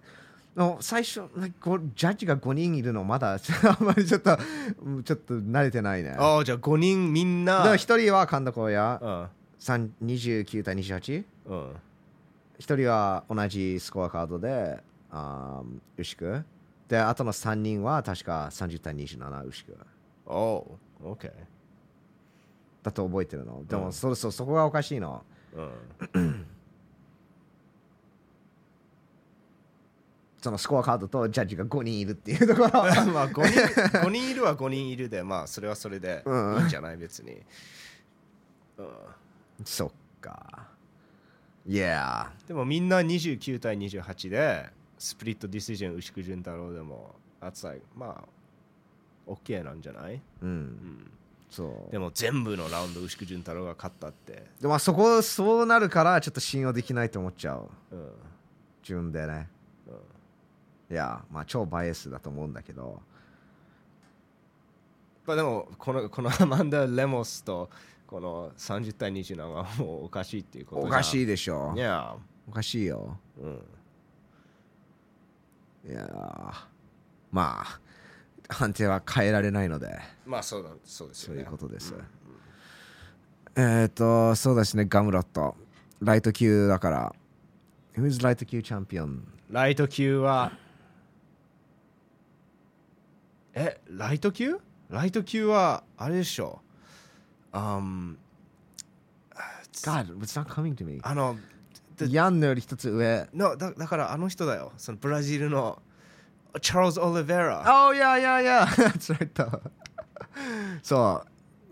Speaker 1: の最初なんかこうジャッジが5人いるのまだ あんまりちょっとうんちょっと慣れてないね
Speaker 2: う
Speaker 1: だ
Speaker 2: ああじゃあ5人みん
Speaker 1: から
Speaker 2: な
Speaker 1: 一人は神田光也
Speaker 2: うん
Speaker 1: 3 29対28
Speaker 2: うん
Speaker 1: 一人は同じスコアカードであー牛久であとの3人は確か30対27牛久
Speaker 2: おう OK
Speaker 1: だと覚えてるのでも、
Speaker 2: うん
Speaker 1: そうそうそこがおかしいの
Speaker 2: うん
Speaker 1: そのスコアカードとジャッジが5人いるっていうとこ ろ
Speaker 2: まあ5 人 ,5 人いるは5人いるでまあそれはそれで
Speaker 1: うん
Speaker 2: いいんじゃない別に、うん、
Speaker 1: そっかいや
Speaker 2: でもみんな29対28でスプリットディシジョン牛久潤太郎でも that's like まあ OK なんじゃない、
Speaker 1: ーうん
Speaker 2: うん、
Speaker 1: そう
Speaker 2: でも全部のラウンド牛久潤太郎が勝ったって、
Speaker 1: でまあそこそうなるからちょっと信用できないと思っちゃう
Speaker 2: うんうん、
Speaker 1: 自分でねいやまあ超バイアスだと思うんだけど
Speaker 2: まあでもこのこのアマンダ・レモスとこの30対27はもうおかしいっていうこと
Speaker 1: おかし
Speaker 2: い
Speaker 1: いでしょ
Speaker 2: いや、
Speaker 1: おかしいよ
Speaker 2: うん、
Speaker 1: いやーまあ判定は変えられないので
Speaker 2: まあそうだそうです
Speaker 1: そ
Speaker 2: よ
Speaker 1: う
Speaker 2: ね
Speaker 1: いうことです、えっ、ー、とそうですねガムロットライト級だから Who's ライト級チャンピオン
Speaker 2: ライト級はえライト級ライト級はあれでしょあん
Speaker 1: God, it's not coming to me.
Speaker 2: あので
Speaker 1: ヤンのより一つ上。
Speaker 2: のだだからあの人だよそのブラジルのチャールズ・オリベラ
Speaker 1: Oh, yeah, yeah, yeah. That's right, though. そ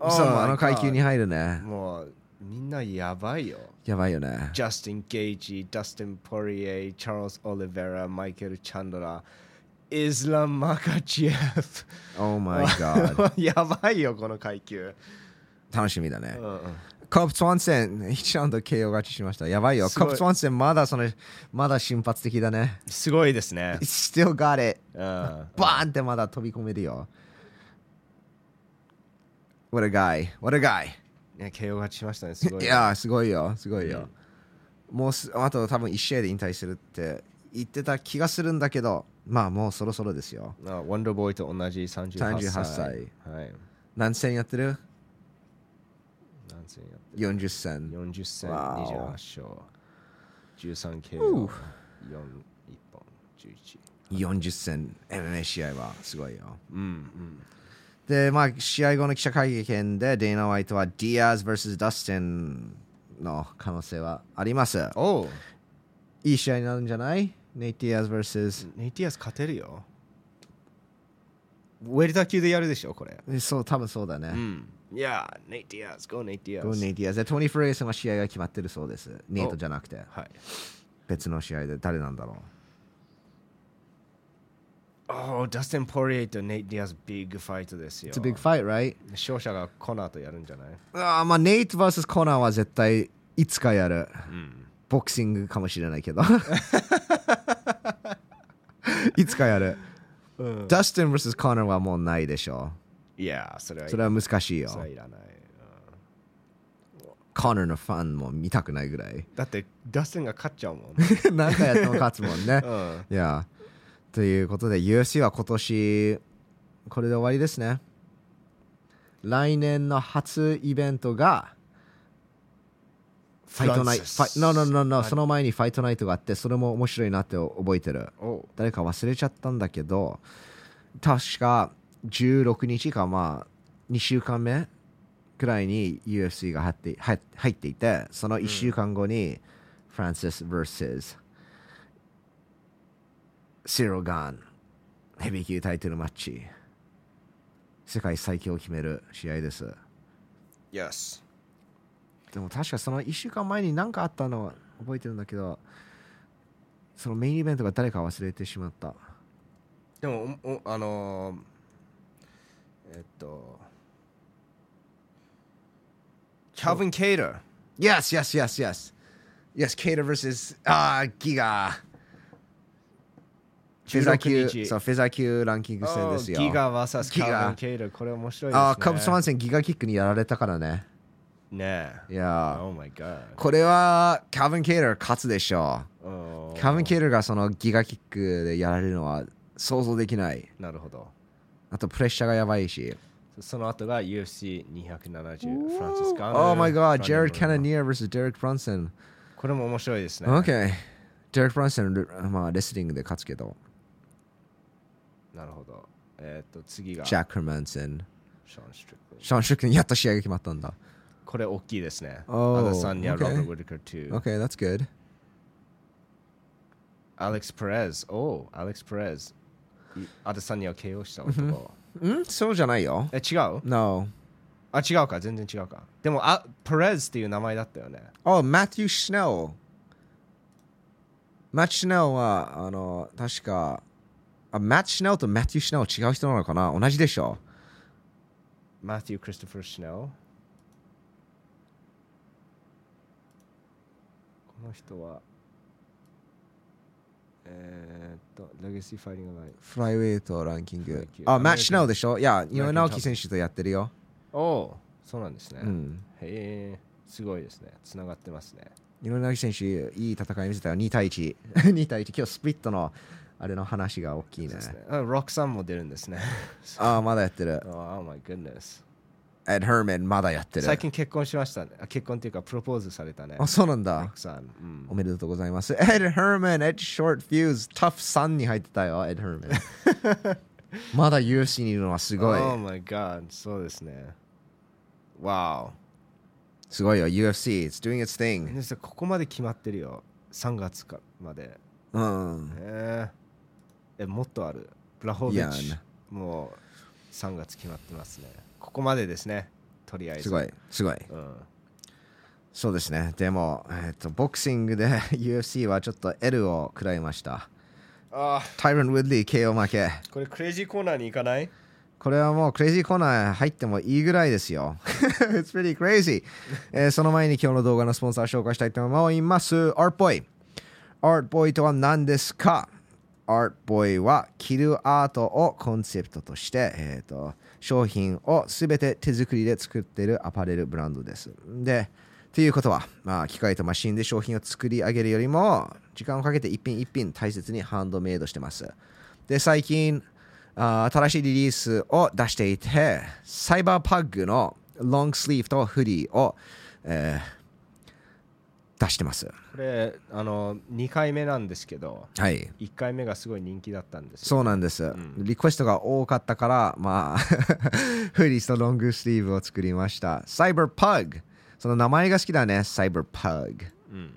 Speaker 1: う。
Speaker 2: Oh
Speaker 1: そう、
Speaker 2: my
Speaker 1: あの階級に入るね。
Speaker 2: もうみんなやばいよ
Speaker 1: やばいよね。
Speaker 2: ジャスティン・ゲイジダスティン・ポリエチャールズ・オリベラマイケル・チャンドライスラム・マカチエフ
Speaker 1: Oh my god.
Speaker 2: やばいよこの階級、
Speaker 1: 楽しみだ
Speaker 2: う
Speaker 1: ね。
Speaker 2: んうん
Speaker 1: コープスワンセン、1ラウンド KO 勝ちしました。やばいよ。
Speaker 2: す
Speaker 1: コ
Speaker 2: ご
Speaker 1: ー
Speaker 2: い
Speaker 1: プスワンセン、まだその、まだ瞬発的だね。
Speaker 2: すごいですね
Speaker 1: It's、Still got it.
Speaker 2: うん、バ
Speaker 1: バーンってまだ飛び込めるよ。What a guy. What a guy.
Speaker 2: ね、KO 勝ちしましたね、すごい。
Speaker 1: いやーすごいよすごいよ、もうすあと多分1試合で引退するって言ってた気がするんだけどまあもうそろそろですよ
Speaker 2: あ、ワンダーボーイと同じ38歳。
Speaker 1: 38
Speaker 2: はい。
Speaker 1: 何戦やってる
Speaker 2: 何戦やって
Speaker 1: 40戦
Speaker 2: 40戦、
Speaker 1: わお
Speaker 2: 28勝、13
Speaker 1: う
Speaker 2: KO、4、1本、11。
Speaker 1: 40戦 MMA 試合はすごいよ
Speaker 2: うんうん。
Speaker 1: で、まあ、試合後の記者会見で、デイナ・ワイトはディアーズ vs ダスティンの可能性はあります。
Speaker 2: おう
Speaker 1: いい試合になるんじゃないネイティアーズ vs
Speaker 2: ネイティアス勝てるよウェルター級でやるでしょこれ
Speaker 1: えそう、多分そうだ
Speaker 2: う
Speaker 1: ね。
Speaker 2: んいやネイティアス Go ネイティアス
Speaker 1: ゴーネイティアーズで、トニー・フレイソンは試合が決まってるそうです。ネイトじゃなくて、
Speaker 2: はい
Speaker 1: 別の試合で誰なんだろう。
Speaker 2: おうダスティン・ポリエイとネイティアスビッグファイトですよ
Speaker 1: It's a big fight, right?
Speaker 2: 勝者がコナーとやるんじゃない
Speaker 1: あーまあ、ネイト vs コナーは絶対いつかやる。
Speaker 2: うん
Speaker 1: ボクシングかもしれないけど。 いつかやる。
Speaker 2: うん
Speaker 1: ダスティン vs コナーはもうないでしょ
Speaker 2: いやそれは
Speaker 1: う。
Speaker 2: い
Speaker 1: それは難しいよ
Speaker 2: そ。れはいらない
Speaker 1: コナーのファンも見たくないぐら い。
Speaker 2: だってダスティンが勝っちゃうもん
Speaker 1: 何回やっても勝つもんね
Speaker 2: う。ん
Speaker 1: いや。ということで UFC は今年これで終わりですね。来年の初イベントがファイトナイト。フ
Speaker 2: フランシ
Speaker 1: ァ
Speaker 2: ス
Speaker 1: イ no, no, no, no.
Speaker 2: はい
Speaker 1: その前にファイトナイトがあってそれも面白いなって覚えてる。
Speaker 2: おう
Speaker 1: 誰か忘れちゃったんだけど確か16日かまあ2週間目くらいに UFC が入って入入っていてその1週間後にフランシス vs シロガンヘビー級タイトルマッチ世界最強を決める試合です
Speaker 2: Yes
Speaker 1: でも確かその1週間前に何かあったのは覚えてるんだけどそのメインイベントが誰か忘れてしまった
Speaker 2: でもおおあのーえっとキャビン・ケイター
Speaker 1: Yes, yes, yes, yes. Yes, Cater versus あーギガ。フェザー
Speaker 2: 16
Speaker 1: 級、
Speaker 2: 日
Speaker 1: そう、フェザー級ランキング戦ですよ。
Speaker 2: おうギガ VS
Speaker 1: ギ
Speaker 2: キ
Speaker 1: ガ
Speaker 2: ャビン・ケイターこれ面白いですね
Speaker 1: あーカブスマンセンギガキックにやられたからね。
Speaker 2: ね
Speaker 1: い
Speaker 2: え
Speaker 1: やー
Speaker 2: Oh my god
Speaker 1: これは、キャブン・ケイラー勝つでしょ
Speaker 2: お
Speaker 1: う。
Speaker 2: う
Speaker 1: キャブン・ケイラーがそのギガキックでやられるのは想像できない。
Speaker 2: なるほど
Speaker 1: あとプレッシャーがやばいし。
Speaker 2: その後が UFC270 フランシス・ガーナー
Speaker 1: Oh my god,
Speaker 2: フラン
Speaker 1: Jared
Speaker 2: シスガーナー
Speaker 1: Cannonier vs. Derek Brunson.
Speaker 2: これも面白いですね
Speaker 1: Okay. Derek Brunson、まあ、レスリングで勝つけど。
Speaker 2: なるほどえっと次が
Speaker 1: Jack Hermanson。
Speaker 2: ショーン・ストリック
Speaker 1: シャン・シュクンやった試合が決まったんだ。
Speaker 2: これ大きいですね。
Speaker 1: Oh,
Speaker 2: アダサンニャ、
Speaker 1: okay.
Speaker 2: ロブル・ウィルカー2。
Speaker 1: Okay, that's good.
Speaker 2: アレックス・ペレズ。おアレックス・ペレズ。アダサンニャを KO した男。
Speaker 1: んそうじゃないよ。
Speaker 2: え、違う
Speaker 1: No.
Speaker 2: あ、違うか。全然違うか。でも、あペレズっていう名前だったよね。
Speaker 1: Oh, Matthew Schnell. Matt Schnell は、あの、確か、あ、Matt Schnell と Matthew Schnell は違う人なのかな同じでしょ
Speaker 2: マティュー・クリストファー・シネル。この人は、えーっと、レゲシー・ファイリング・ライフ。
Speaker 1: フライウェイトランキン
Speaker 2: フラ
Speaker 1: グ
Speaker 2: イ級。
Speaker 1: あ、
Speaker 2: アメリカ
Speaker 1: Matt Schnell でしょいや、井上
Speaker 2: American
Speaker 1: 直樹選手とやってるよ。
Speaker 2: おうそうなんですね。
Speaker 1: うん。
Speaker 2: へえ、すごいですね。つながってますね。
Speaker 1: 井上直樹選手、いい戦い見せたよ。2対1。2対1。今日 スプリットの、あれの話が大きいね
Speaker 2: そう。ですねあロックさんも出るんですね。
Speaker 1: あ、まだやってる。
Speaker 2: Oh my goodness.
Speaker 1: Ed Herman まだやってる
Speaker 2: 最。近結婚しましたね。あ結婚っていうか、プロポーズされたね。
Speaker 1: あ、そうなんだ。
Speaker 2: 奥さん。うん
Speaker 1: おめでとうございます。Ed Herman, Ed Short Fuse, Tough Sun に入ってたよ、Ed Herman。ま だ UFC にいるのはすごい。
Speaker 2: Oh my god. そうですね。Wow.
Speaker 1: すごいよ、UFC. It's doing its thing.
Speaker 2: 皆さんここまで決まってるよ。3月かまで。
Speaker 1: うん。
Speaker 2: えー、え、もっとある。ブラホビッ
Speaker 1: い
Speaker 2: チ
Speaker 1: や。
Speaker 2: もう3月決まってますね。ここまでですね。とりあえず。
Speaker 1: すごい、すごい。
Speaker 2: うん。
Speaker 1: そうですね。でも、えっと、ボクシングで UFC はちょっと L を食らいました。
Speaker 2: ああ、
Speaker 1: Tyron Woodley KO 負け。
Speaker 2: これクレイジーコーナーに行かない
Speaker 1: これはもうクレイジーコーナー入ってもいいぐらいですよ。It's pretty crazy、えー その前に今日の動画のスポンサー紹介したいと思います。Artboy。Artboy とは何ですか ?Artboy は着るアートをコンセプトとして、えーと商品をすべて手作りで作っているアパレルブランドです。で、ということは、まあ、機械とマシンで商品を作り上げるよりも、時間をかけて一品一品大切にハンドメイドしてます。で、最近、あー新しいリリースを出していて、サイバーパッグのロングスリーフとフリーを、えー出してます。
Speaker 2: これあの2回目なんですけど
Speaker 1: はい。
Speaker 2: 1回目がすごい人気だったんですよ
Speaker 1: そうなんです、
Speaker 2: ん
Speaker 1: リクエストが多かったから、まあ、 フリースとロングスリーブを作りました。サイバーパグ。その名前が好きだね。サイバーパグ。
Speaker 2: うん、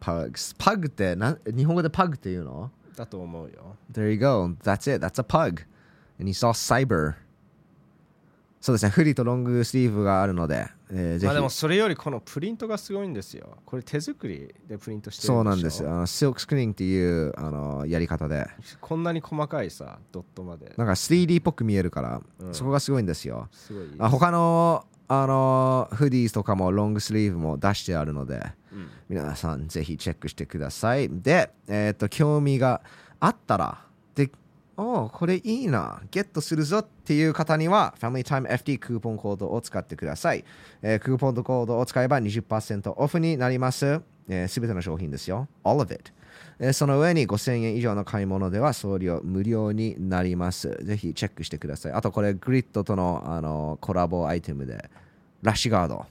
Speaker 1: パグ。パグってな、日本語でパグって言うの
Speaker 2: だと思うよ
Speaker 1: There you go. That's it. That's a pug. And you saw cyber. そうですね。フリーとロングスリーブがあるので、えーぜ
Speaker 2: まあ
Speaker 1: ひ。
Speaker 2: でもそれよりこのプリントがすごいんですよこれ手作りでプリントしてる
Speaker 1: そうなんです
Speaker 2: ょ
Speaker 1: よ。あの、シルクスクリーンっていうあのやり方で、
Speaker 2: こんなに細かいさドットまで
Speaker 1: なんか 3D っぽく見えるから、
Speaker 2: うん
Speaker 1: そこがすごいんですよ。
Speaker 2: すごいいい
Speaker 1: あ他のあのフーディーズとかもロングスリーブも出してあるので、
Speaker 2: うん
Speaker 1: 皆さんぜひチェックしてください。で、えっと興味があったら、で、おお、これいいな、ゲットするぞっていう方には、FamilyTimeFD クーポンコードを使ってください。えークーポンコードを使えば20%オフになります。えすべての商品ですよ。All of it。えーその上に5000円以上の買い物では送料無料になります。ぜひチェックしてください。あとこれ、グリッドとの、あのコラボアイテムで、ラッシュガード。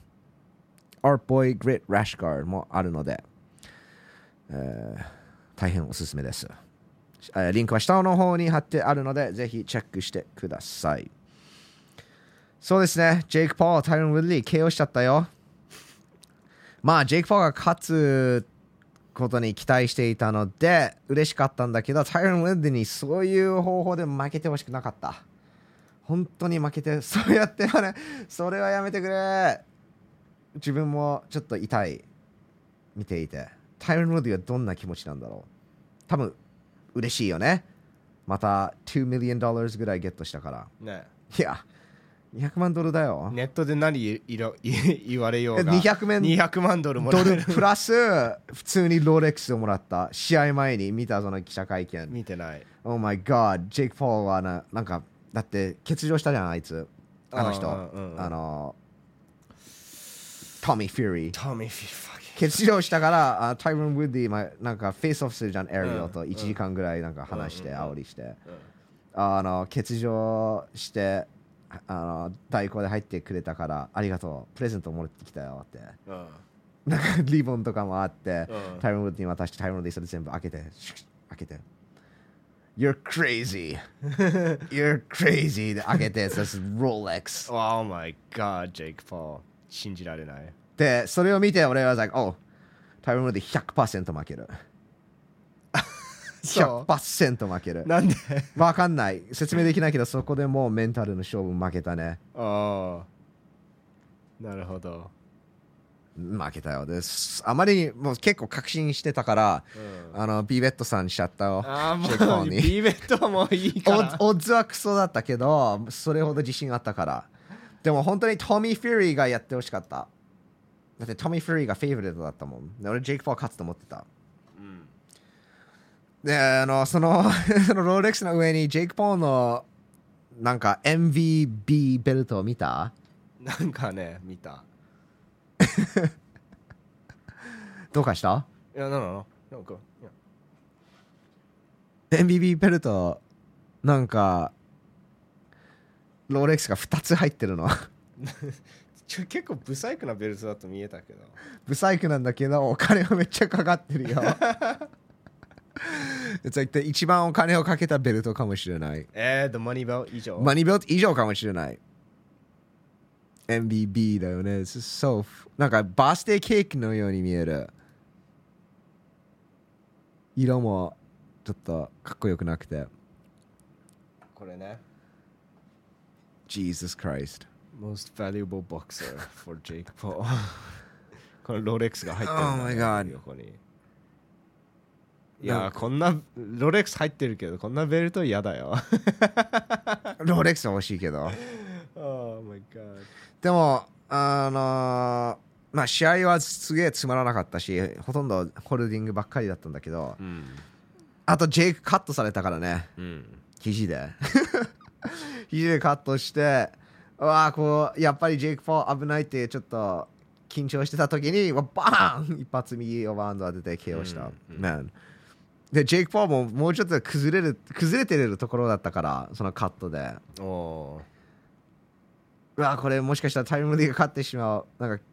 Speaker 1: Art Boy Grit Rash Guard もあるので、えー大変おすすめです。えーリンクは下の方に貼ってあるので、ぜひチェックしてください。そうですね、ジェイク・ポール、タイロン・ウィリー、KO しちゃったよ。まあ、ジェイク・ポールが勝つことに期待していたので、嬉しかったんだけど、タイロン・ウィリーにそういう方法で負けてほしくなかった。本当に負けて、そうやってはね、それはやめてくれ。自分もちょっと痛い見ていてタイロン・ウッディはどんな気持ちなんだろう多分嬉しいよねまた2 million dollars ぐらいゲットしたから
Speaker 2: ね
Speaker 1: いや200万ドルだよ、
Speaker 2: ネットで何いいろ い言われようが
Speaker 1: 200万
Speaker 2: 200万ドルもら
Speaker 1: ド
Speaker 2: える
Speaker 1: ルプラス普通にロレックスをもらった試合前に見たその記者会見
Speaker 2: 見てない
Speaker 1: Oh my god ジェイク・ポールはななんかだって欠場したじゃんあいつあの人
Speaker 2: う
Speaker 1: あ,、
Speaker 2: んうんうん
Speaker 1: のトミー・フューリー
Speaker 2: トミー・フィファキ
Speaker 1: 決勝したから、あタイロン・ウッディ、まあ、なんかフェイスオフするじゃん、エリオ
Speaker 2: う
Speaker 1: と
Speaker 2: ん
Speaker 1: 1時間ぐらいなんか話して、
Speaker 2: うんうんうん
Speaker 1: 煽りして。あの、欠場して、ああの、代行で入ってくれたから、ありがとう、プレゼント持ってきたよって。
Speaker 2: うんうん
Speaker 1: なんかリボンとかもあって、
Speaker 2: うん
Speaker 1: タイロン・ウッディに渡して、タイロン・ウッディそれ全部開けて、シュッ開けて。You're crazy! You're crazy! で開けて、 そして Rolex。
Speaker 2: Oh my god, Jake Paul 信じられない
Speaker 1: で、それを見て、俺は、like, oh, タイロン・ウッディ100%負ける。100%負ける。
Speaker 2: なんで
Speaker 1: わかんない。説明できないけど、そこでもうメンタルの勝負負けたね。
Speaker 2: ああなるほど、
Speaker 1: 負けたよ。です。あまりにもう結構確信してたから、
Speaker 2: うん、
Speaker 1: あの、ビベットさんしちゃったよ。
Speaker 2: ああ
Speaker 1: ジェイク
Speaker 2: も
Speaker 1: ホ
Speaker 2: う
Speaker 1: ー
Speaker 2: ビ
Speaker 1: に
Speaker 2: ーベットはもういい
Speaker 1: オ
Speaker 2: から
Speaker 1: ッオッズはクソだったけど、それほど自信あったから。でも本当にトミー・フューリーがやってほしかった。だってトミー・フューリーがフェイブレットだったもん。で俺、ジェイク・ポール勝つと思ってた。
Speaker 2: うん
Speaker 1: で、あの、その、 そのローレックスの上にジェイク・ポールのなんか MVB ベルトを見た
Speaker 2: なんかね見た
Speaker 1: どうかした
Speaker 2: いやなのなんかいや
Speaker 1: MBB ベルトなんかローレックスが2つ入ってるの
Speaker 2: ちょ結構ブサイクなベルトだと見えたけど
Speaker 1: ブサイクなんだけどお金がめっちゃかかってるよ It's like the 一番お金をかけたベルトかもしれない
Speaker 2: えー、The Money Bell 以上、
Speaker 1: マニベルト以上かもしれない MBB だよね It's so なんかバースデーケーキのように見える色もちょっとかっこよくなくて
Speaker 2: これね
Speaker 1: Jesus Christ
Speaker 2: Most valuable boxer for Jake Paul このロレックスが入ってる
Speaker 1: Oh my
Speaker 2: んだ
Speaker 1: God
Speaker 2: ね横にい
Speaker 1: な
Speaker 2: や
Speaker 1: ん
Speaker 2: こんなロレックス入ってるけどこんなベルト嫌だよ
Speaker 1: ローレックスは欲しいけど
Speaker 2: Oh my god
Speaker 1: でも、あのーまあ、試合はすげえつまらなかったし、ほとんどホールディングばっかりだったんだけど
Speaker 2: う、ん
Speaker 1: あとジェイクカットされたからね、
Speaker 2: うん
Speaker 1: 肘で。 肘でカットして、うわあ、こう、やっぱりジェイク・ポール危ないって、ちょっと緊張してた時に、うわバーン一発右をバウンド当てて KO した。
Speaker 2: うんうん
Speaker 1: Man で、ジェイク・ポールももうちょっと崩れる、崩れてるところだったから、そのカットで。
Speaker 2: おー
Speaker 1: うわこれもしかしたらタイムリーが勝ってしまうなんか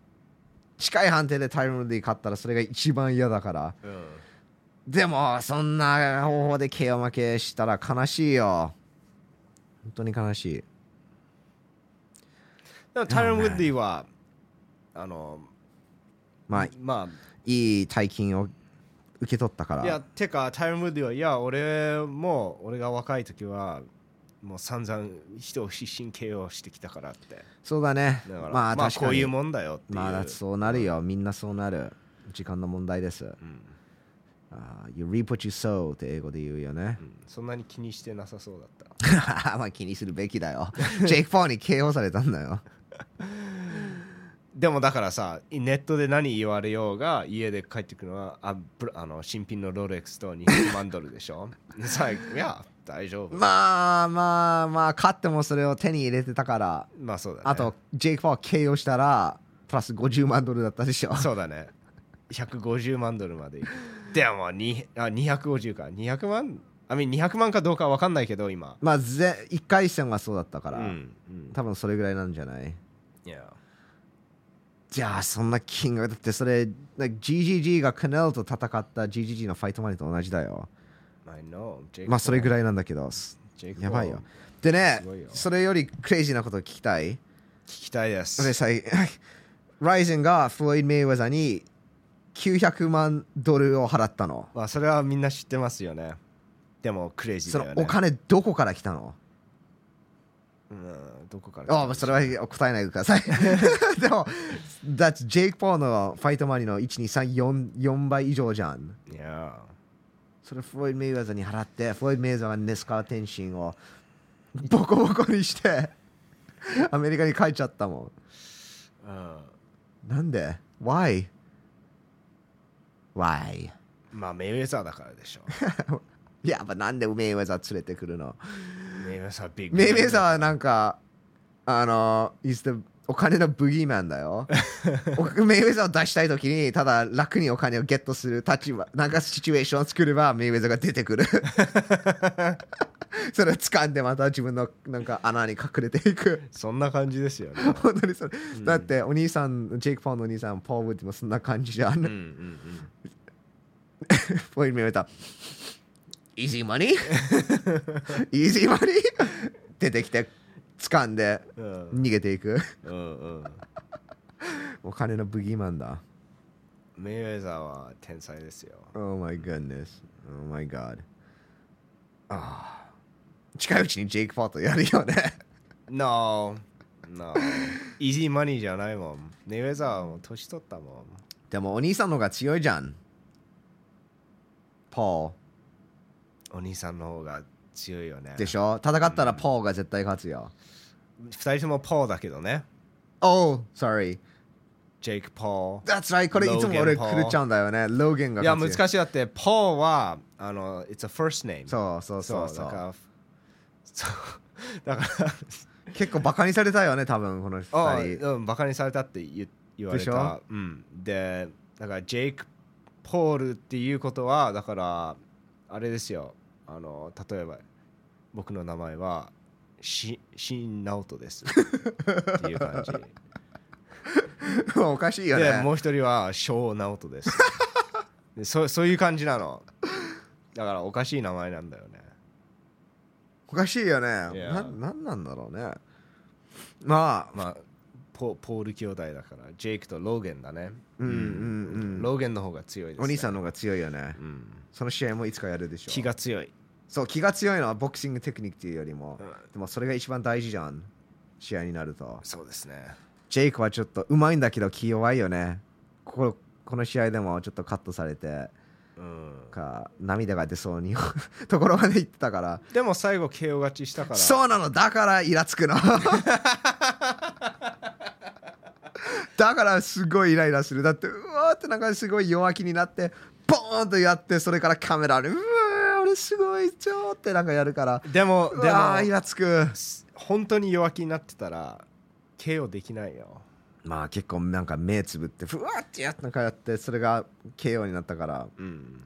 Speaker 1: 近い判定でタイムリー勝ったらそれが一番嫌だから
Speaker 2: うん
Speaker 1: でもそんな方法で KO 負けしたら悲しいよ本当に悲しい
Speaker 2: でもタイロン・ウッディはあの
Speaker 1: まあ
Speaker 2: ま
Speaker 1: いい大金を受け取ったか
Speaker 2: あ
Speaker 1: ら
Speaker 2: いやてかタイロン・ウッディはいや俺も俺が若い時はもう散々人を必死に KO してきたからって
Speaker 1: そうだね
Speaker 2: だから
Speaker 1: まあ確
Speaker 2: こ
Speaker 1: か
Speaker 2: うい
Speaker 1: に
Speaker 2: うもんだよっていう、
Speaker 1: まあそうなるよみんなそうなる時間の問題です
Speaker 2: うん
Speaker 1: あー You reap what you sow って英語で言うよね
Speaker 2: うんそんなに気にしてなさそうだっ た
Speaker 1: まあ気にするべきだよジェイク・ポーに KO されたんだよ
Speaker 2: でもだからさネットで何言われようが家で帰ってくるのはあぶあの新品のロレックスと200万ドルで しょさいや大丈夫
Speaker 1: まあまあまあ勝ってもそれを手に入れてたから
Speaker 2: まあそうだね
Speaker 1: あとジェイク・ポー KO したらプラス50万ドルだったでしょ
Speaker 2: そうだね150万ドルまでいくでもにあ250か200万あみ200万かどうかわかんないけど今
Speaker 1: まあぜ1回戦はそうだったから、
Speaker 2: うんうん
Speaker 1: 多分それぐらいなんじゃない
Speaker 2: いや
Speaker 1: じゃあそんな金額だってそれ like GGG がカネルと戦った GGG のファイトマネーと同じだよ
Speaker 2: I know
Speaker 1: まあそれぐ
Speaker 2: い
Speaker 1: らいなんだけどやばいよでね
Speaker 2: すごいよ
Speaker 1: それよりクレイジーなこと聞きたい
Speaker 2: 聞きたいで
Speaker 1: それ
Speaker 2: す
Speaker 1: さ ライゼンがフロイド・メイウェザーに900万ドルを払ったの
Speaker 2: まあそれはみんな知ってますよねでもクレイジー
Speaker 1: そ
Speaker 2: だよ
Speaker 1: の
Speaker 2: ね
Speaker 1: お金どこから来たの
Speaker 2: うんどこから来たんでしょう
Speaker 1: ああそれは答えないでくだ さいでも That's Jake Paul のファイトマニーの12344倍以上じゃん
Speaker 2: いや
Speaker 1: それフロイド・メイウェザーに払ってフロイド・メイウェザーがネスカー天心をボコボコにしてアメリカに帰っちゃったも
Speaker 2: うん
Speaker 1: んなんで ?Why?Why? Why?
Speaker 2: まあメイウェザーだからでしょ
Speaker 1: いやっぱなんでメイウェザー連れてくるの
Speaker 2: メイウェザービッグ
Speaker 1: メイウェザーはなんかあの is the お金のブギーマンだよおメイウェザーを出したい時にただ楽にお金をゲットする立場なんかシチュエーションを作ればメイウェザーが出てくるそれを掴んでまた自分のなんか穴に隠れていく
Speaker 2: そんな感じですよね
Speaker 1: 本当にそれ、だってお兄さんジェイク・ポーンのお兄さんポール・ウッドもそんな感じじゃん、
Speaker 2: うんうんうん
Speaker 1: ポイントメイウェザー Easy money? Easy money? 出てきて掴んで
Speaker 2: うん
Speaker 1: 逃げていく
Speaker 2: うんうん
Speaker 1: お金のブギーマンだ。
Speaker 2: メイウェザーは天才ですよ
Speaker 1: Oh my goodness. Oh my god. ああ。近いうちにジェイク・パートやるよ ね。
Speaker 2: No No イージーマニーじゃないもんメイウェザーはもう年取ったもん
Speaker 1: でもお兄さんの方が強いじゃん。ポー
Speaker 2: お兄さんの方が強いよね
Speaker 1: ルでしょ戦ったらポールが絶対勝つよ。
Speaker 2: 二人ともポーだけどね
Speaker 1: Oh, sorry.
Speaker 2: ジェイク・ポー
Speaker 1: That's right. これいつも俺
Speaker 2: ローゲンポー
Speaker 1: 狂っちゃうんだよね。ローゲンが
Speaker 2: いや
Speaker 1: 勝つ。
Speaker 2: 難しいだってポーはあの It's a first name
Speaker 1: そうそうそう
Speaker 2: そ
Speaker 1: そう
Speaker 2: だか
Speaker 1: う。
Speaker 2: らそうだから
Speaker 1: 結構バカにされたよね、多分この
Speaker 2: ああ
Speaker 1: 二人。
Speaker 2: うん、バカにされたって言言われ
Speaker 1: でしたょ。
Speaker 2: うん、で、だからジェイク・ポールっていうことは、だから、あれですよ、あの例えば、僕の名前は、し新直人です。っていう感じ。
Speaker 1: おかしいよ
Speaker 2: で、
Speaker 1: ね。
Speaker 2: もう一人は、小直人です。でそうそういう感じなの。だから、おかしい名前なんだよね。
Speaker 1: おかしいよね。
Speaker 2: Yeah.
Speaker 1: ななんなんだろうね。まあ、
Speaker 2: まあ、ポポール兄弟だから、ジェイクとローゲンだね。
Speaker 1: うんうんうん。
Speaker 2: ローゲンの方が強いです、ね。
Speaker 1: お兄さん
Speaker 2: ん。
Speaker 1: の方が強いよね。
Speaker 2: うん
Speaker 1: その試合もいつかやるでしょ。
Speaker 2: 気が強い。
Speaker 1: そう、気が強いのはボクシングテクニックっていうよりも、
Speaker 2: うん
Speaker 1: でもそれが一番大事じゃん。試合になると。
Speaker 2: そうですね。
Speaker 1: ジェイクはちょっと上手いんだけど気弱いよね。こここの試合でもちょっとカットされて、
Speaker 2: うん、
Speaker 1: か涙が出そうに ところまで行ってたから。
Speaker 2: でも最後 KO 勝ちしたから
Speaker 1: そうなの、だからイラつ くの。だからすごいイライラする。だって、うわーってなんかすごい弱気になって、ボーンとやって、それからカメラで、うわー、俺すごいちょーってなんかやるから、
Speaker 2: でも
Speaker 1: う
Speaker 2: で
Speaker 1: わー、イ
Speaker 2: も
Speaker 1: ラつく。
Speaker 2: す本当に弱気になってたら KO できないよ
Speaker 1: まあ結構なんか目つぶって、ふわーってやってなんかやって、それが KO になったから、
Speaker 2: うん、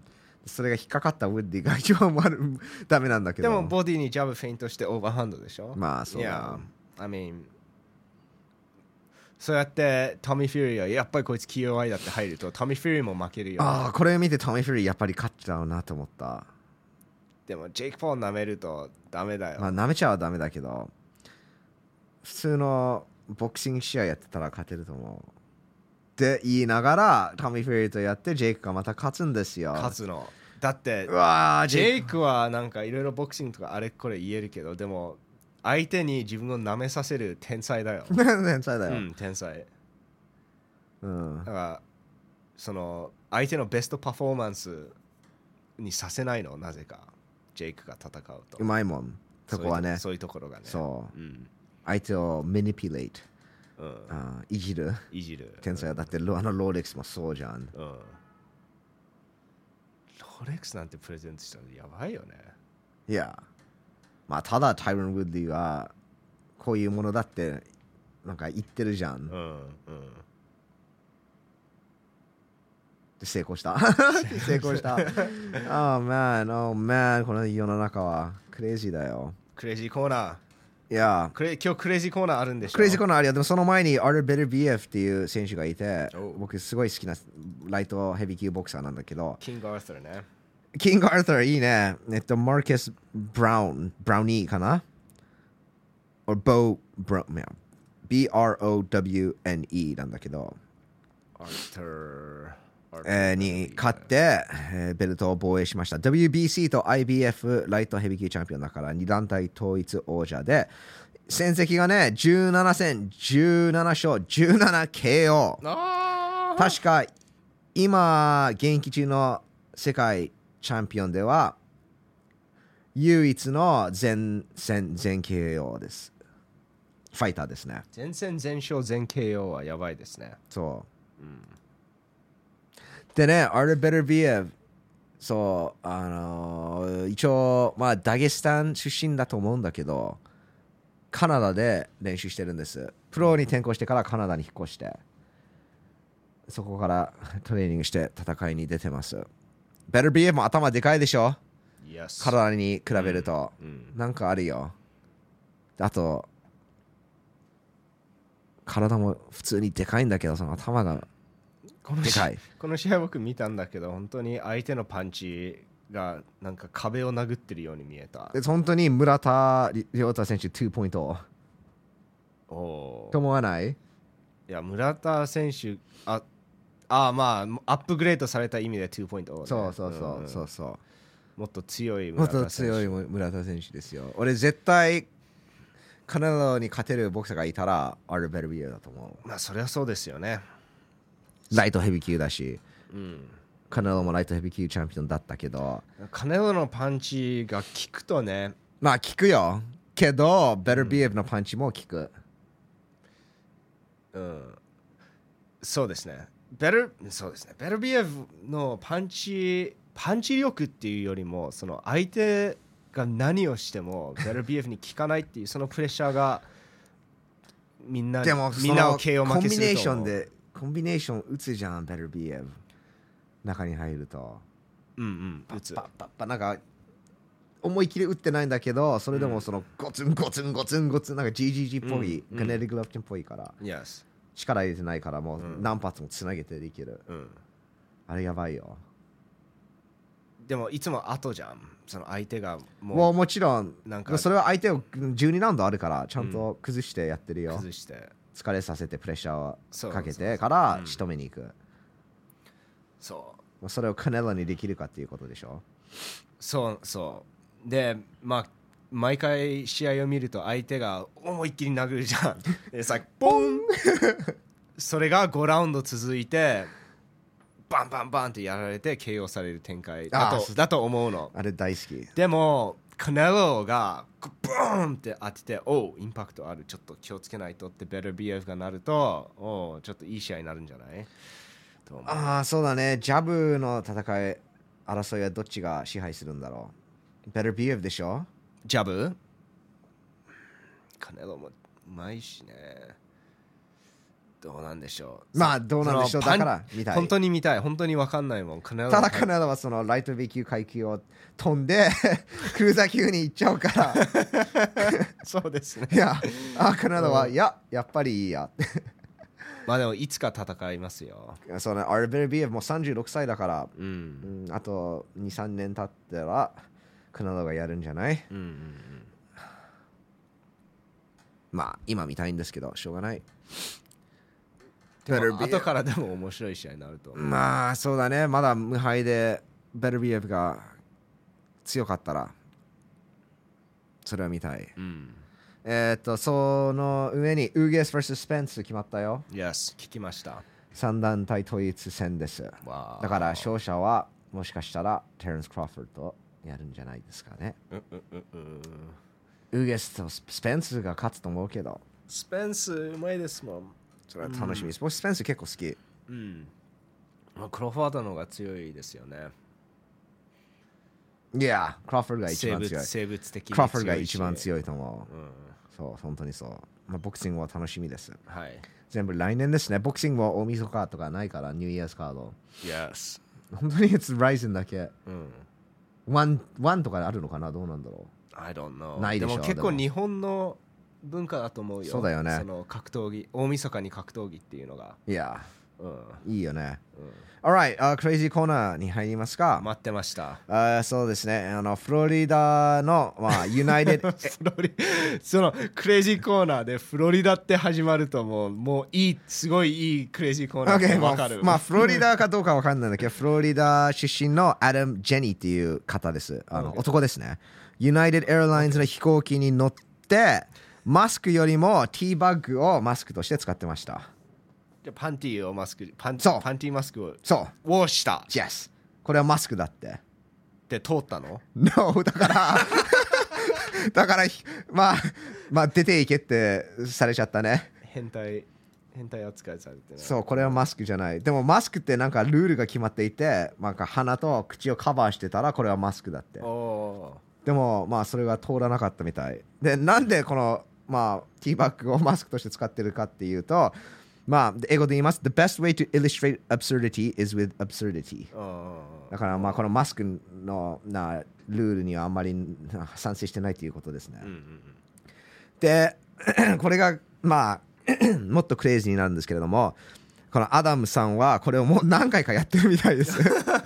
Speaker 1: それが引っかかったウッディが一番悪いダメなんだけ
Speaker 2: で
Speaker 1: ど。
Speaker 2: もボディにジャブフェイントしてオーバーハンドでしょ
Speaker 1: まあそうだ
Speaker 2: Yeah I mean そうやってトミー・フューリーはやっぱりこいつ QI だって入るとトミー・フューリーも負けるよ
Speaker 1: ああこれ見てトミー・フューリーやっぱり勝っちゃうなと思った
Speaker 2: でもジェイク・ポール舐めるとダメだよ、
Speaker 1: まあ舐めちゃはダメだけど普通のボクシング試合やってたら勝てると思うって言いながらトミー・フューリーとやってジェイクがまた勝つんですよ
Speaker 2: 勝つのだって
Speaker 1: うわー
Speaker 2: ジ
Speaker 1: ジ
Speaker 2: ェ
Speaker 1: ェイ
Speaker 2: イクはなんかいろいろボクシングとかあれこれ言えるけどでも相手に自分を舐めさせる天才だよ、
Speaker 1: ク 天才
Speaker 2: う
Speaker 1: だよ、
Speaker 2: ん、天才
Speaker 1: うん
Speaker 2: だからその相手のベストパフォーマンスにさせないのなぜかジェイクが戦うと
Speaker 1: うまいもんそこはね
Speaker 2: そういうところがね、
Speaker 1: そう
Speaker 2: ん
Speaker 1: 相手をマニピュレート
Speaker 2: うん、
Speaker 1: あーいじる
Speaker 2: いじる
Speaker 1: 天才だってロあのローレックスもそうじゃん
Speaker 2: うんロレックスなんてプレゼントしたのやばいよね
Speaker 1: いやまあただタイロン・ウッディはこういうものだってなんか言ってるじゃん
Speaker 2: う
Speaker 1: で
Speaker 2: ん
Speaker 1: 成功した 成功した Oh man oh man この世の中はクレイジーだよ
Speaker 2: クレイジーコーナ
Speaker 1: いや
Speaker 2: ークレ今日クレイジーコーナーあるんでしょ
Speaker 1: クレイジーコーナーあるよでもその前にアルベル・ビエフっていう選手がいて
Speaker 2: Oh.
Speaker 1: 僕すごい好きなライトヘビー級ボクサーなんだけど
Speaker 2: キング・アーサーね
Speaker 1: キング・アルトいいね。えっと、マーケス・ブラウン、ブラウニーかな ?or ボー・ブラウン、B-R-O-W-N-E なんだけど、
Speaker 2: アーサーアーサ
Speaker 1: えー
Speaker 2: ー
Speaker 1: に勝って、えーベルトを防衛しました。WBC と IBF ライトヘビー級チャンピオンだから2団体統一王者で、戦績がね、17戦、17勝、17KO。
Speaker 2: あー
Speaker 1: 確か今現役中の世界チャンピオンでは唯一の全戦全 KO ですファイターですね
Speaker 2: 全戦全勝全 KO はやばいですね
Speaker 1: そう、でねアルベルビエフそうあのー一応まあダゲスタン出身だと思うんだけどカナダで練習してるんですプロに転向してからカナダに引っ越してそこから トレーニングして戦いに出てますベルビエフも頭でかいでしょ
Speaker 2: Yes
Speaker 1: 体に比べると、
Speaker 2: うん
Speaker 1: なんかあるよあと体も普通にでかいんだけどその頭が
Speaker 2: この
Speaker 1: で
Speaker 2: 試
Speaker 1: か
Speaker 2: 合
Speaker 1: い
Speaker 2: この試合僕見たんだけど本当に相手のパンチがなんか壁を殴ってるように見えた
Speaker 1: で本当に村田亮太選手2ポイント
Speaker 2: おー
Speaker 1: と思わない
Speaker 2: いや村田選手ああまあアップグレードされた意味で2ポイント、
Speaker 1: そうそうそ
Speaker 2: ん
Speaker 1: うそうそう
Speaker 2: もっと強い
Speaker 1: も
Speaker 2: 村
Speaker 1: っ
Speaker 2: 田選手
Speaker 1: と強い村田選手ですよ俺絶対カナダに勝てるボクサーがいたらアルベルビエだと思
Speaker 2: まあそりゃそうですよね
Speaker 1: うライトヘビー級だし
Speaker 2: うん
Speaker 1: カナダもライトヘビー級チャンピオンだったけど
Speaker 2: 金田のパンチが効くとね
Speaker 1: まあ効くよけどベルビエフのパンチも効く、
Speaker 2: うんそうですねベルそうですねベルビエフのパンチパンチ力っていうよりもその相手が何をしてもベルビエフに効かないっていうそのプレッシャーがみんなに
Speaker 1: でも
Speaker 2: みんなを
Speaker 1: その
Speaker 2: KO
Speaker 1: コ
Speaker 2: 負
Speaker 1: ン
Speaker 2: け
Speaker 1: ビ
Speaker 2: す
Speaker 1: ネ
Speaker 2: る
Speaker 1: ーシ
Speaker 2: と
Speaker 1: ョ
Speaker 2: 思
Speaker 1: ン
Speaker 2: う
Speaker 1: でコンビネーション打つじゃんベルビエフ中に入ると
Speaker 2: うんうん打つ
Speaker 1: パッパッパなんか思い切り打ってないんだけどそれでもそのゴツンゴツンゴツンゴツンなんか GGG っぽい、
Speaker 2: うん
Speaker 1: ガネリグラフチンっぽいから
Speaker 2: Yes
Speaker 1: 力入れてないからもう
Speaker 2: うん
Speaker 1: 何発もつなげてできる、
Speaker 2: うん
Speaker 1: あれやばいよ
Speaker 2: でもいつも後じゃんその相手が
Speaker 1: もう
Speaker 2: も
Speaker 1: もちろん
Speaker 2: うなんか
Speaker 1: それは相手を12ラウンドあるからちゃんと崩してやってるよ、
Speaker 2: 崩して
Speaker 1: 疲れさせてプレッシャー
Speaker 2: そ
Speaker 1: を
Speaker 2: う
Speaker 1: かけ
Speaker 2: そうそ
Speaker 1: て
Speaker 2: う
Speaker 1: から
Speaker 2: うん
Speaker 1: 仕留めに行く、
Speaker 2: そう
Speaker 1: まあそれをカネロにできるかっていうことでしょ
Speaker 2: そうそうでまあ毎回試合を見ると相手が思いっきり殴るじゃんでさポンそれが5ラウンド続いてバンバンバンってやられて KO される展開だ
Speaker 1: あー
Speaker 2: と
Speaker 1: そう
Speaker 2: だと思うの
Speaker 1: あれ大好き
Speaker 2: でもカネロがこうブーンって当てておうインパクトあるちょっと気をつけないとってベル BF がなるとおうちょっといい試合になるんじゃないと思う
Speaker 1: ああそうだねジャブの戦い争いはどっちが支配するんだろう Better b e h でしょ
Speaker 2: ジャブカネロもうまいしね。どうなんでしょう。
Speaker 1: まあどうなんでしょう
Speaker 2: その
Speaker 1: だか
Speaker 2: パン
Speaker 1: ら見たい
Speaker 2: 本当に見たい。本当にわかんないもん。カネロ
Speaker 1: ただカナダはそのライト B 級階級を飛んで クルーザー級に行っちゃうから
Speaker 2: そうですね
Speaker 1: い。やあーカナダは、いややっぱりいいや
Speaker 2: まあでもいつか戦いますよ。
Speaker 1: そうね、アルベルビエフもう36歳だから、
Speaker 2: う。
Speaker 1: うんん、あと2、3年経ったら、クナダがやるんじゃない
Speaker 2: うんうんうん。
Speaker 1: まあ、今見たいんですけど、しょうがない。
Speaker 2: で
Speaker 1: Better
Speaker 2: も
Speaker 1: be-
Speaker 2: 後からでも面白い試合になると思う。
Speaker 1: まあ、そうだね、まだ無敗で、ベルビエフが強かったら、それは見たい。
Speaker 2: うん。
Speaker 1: えーっと、その上に、ウーゲス vs スペンス決まったよ。
Speaker 2: Yes、聞きました。
Speaker 1: 三団体統一戦です。
Speaker 2: わあ
Speaker 1: だから、勝者は、もしかしたら、テレンス・クロフォードとやるんじゃないですかね。
Speaker 2: うんうんうんうん
Speaker 1: ウーゲスとススペンスが勝つと思うけど、
Speaker 2: スペンスうまいですもん。
Speaker 1: それは楽しみです。僕、スペンス結構好き。
Speaker 2: うん。まあ、クロフォードの方が強いですよね。
Speaker 1: いや、クロフォードが一
Speaker 2: 生
Speaker 1: 番強
Speaker 2: 物
Speaker 1: い。
Speaker 2: 生物的に
Speaker 1: クロフォードが一番
Speaker 2: い
Speaker 1: 強いと思
Speaker 2: し。うん。
Speaker 1: う。そう、本当にそう。まあ、ボクシングは楽しみです。
Speaker 2: はい。
Speaker 1: 全部来年ですね。ボクシングは大晦日とかないから、ニューイヤーズカード。
Speaker 2: Yes。
Speaker 1: 本当に、It's Rising だけ。
Speaker 2: うん。
Speaker 1: ワン、ワンとかあるのかなどうなんだろ
Speaker 2: I don't know
Speaker 1: ないでしょ
Speaker 2: も結
Speaker 1: で
Speaker 2: 構
Speaker 1: も
Speaker 2: 日本の文化だと思うよ
Speaker 1: そうだよね
Speaker 2: その格闘技大晦日に格闘技っていうのが、
Speaker 1: う。いや、
Speaker 2: うん
Speaker 1: いいよね。Alright、uh, Crazy コーナーに入りますか。
Speaker 2: 待ってました
Speaker 1: あーそうですね。あの、フロリダの、まあ、ユナイテッ
Speaker 2: フロリそのクレイジーコーナーでフロリダって始まるともうもういいすごいいいクレイジーコーナー
Speaker 1: OK
Speaker 2: が
Speaker 1: ま
Speaker 2: わか
Speaker 1: あ
Speaker 2: る、、
Speaker 1: まあ、フロリダかどうかわかんないんだけど、フロリダ出身のアダム・ジェニーっていう方です。あの
Speaker 2: OK
Speaker 1: 男ですね。ユナイテッド・エアラインズの飛行機に乗って、マスクよりもティーバッグをマスクとして使ってました。
Speaker 2: じゃあパンティーをマスクパン
Speaker 1: そう
Speaker 2: パンティーマスクを
Speaker 1: そう、
Speaker 2: をしたっ
Speaker 1: Yes。これはマスクだって。
Speaker 2: て通ったの
Speaker 1: No、だから、 だから、まあ、まあ、出ていけってされちゃったね。
Speaker 2: 変態変態扱いされてね
Speaker 1: そう、これはマスクじゃない。でもマスクってなんかルールが決まっていて、なんか鼻と口をカバーしてたらこれはマスクだって
Speaker 2: お。お
Speaker 1: でも、まあ、それが通らなかったみたい。で、なんでこの、まあ、ティーバッグをマスクとして使ってるかっていうと、まあ、英語で言います。The best way to illustrate absurdity is with absurdity.
Speaker 2: ーうん
Speaker 1: だから、まあ、このマスクのなルールにはあんまりな賛成してないということですね。
Speaker 2: うんうん
Speaker 1: で これがまあ もっとクレイジーになるんですけれどもこのアダムさんはこれをもう何回かやってるみたいです た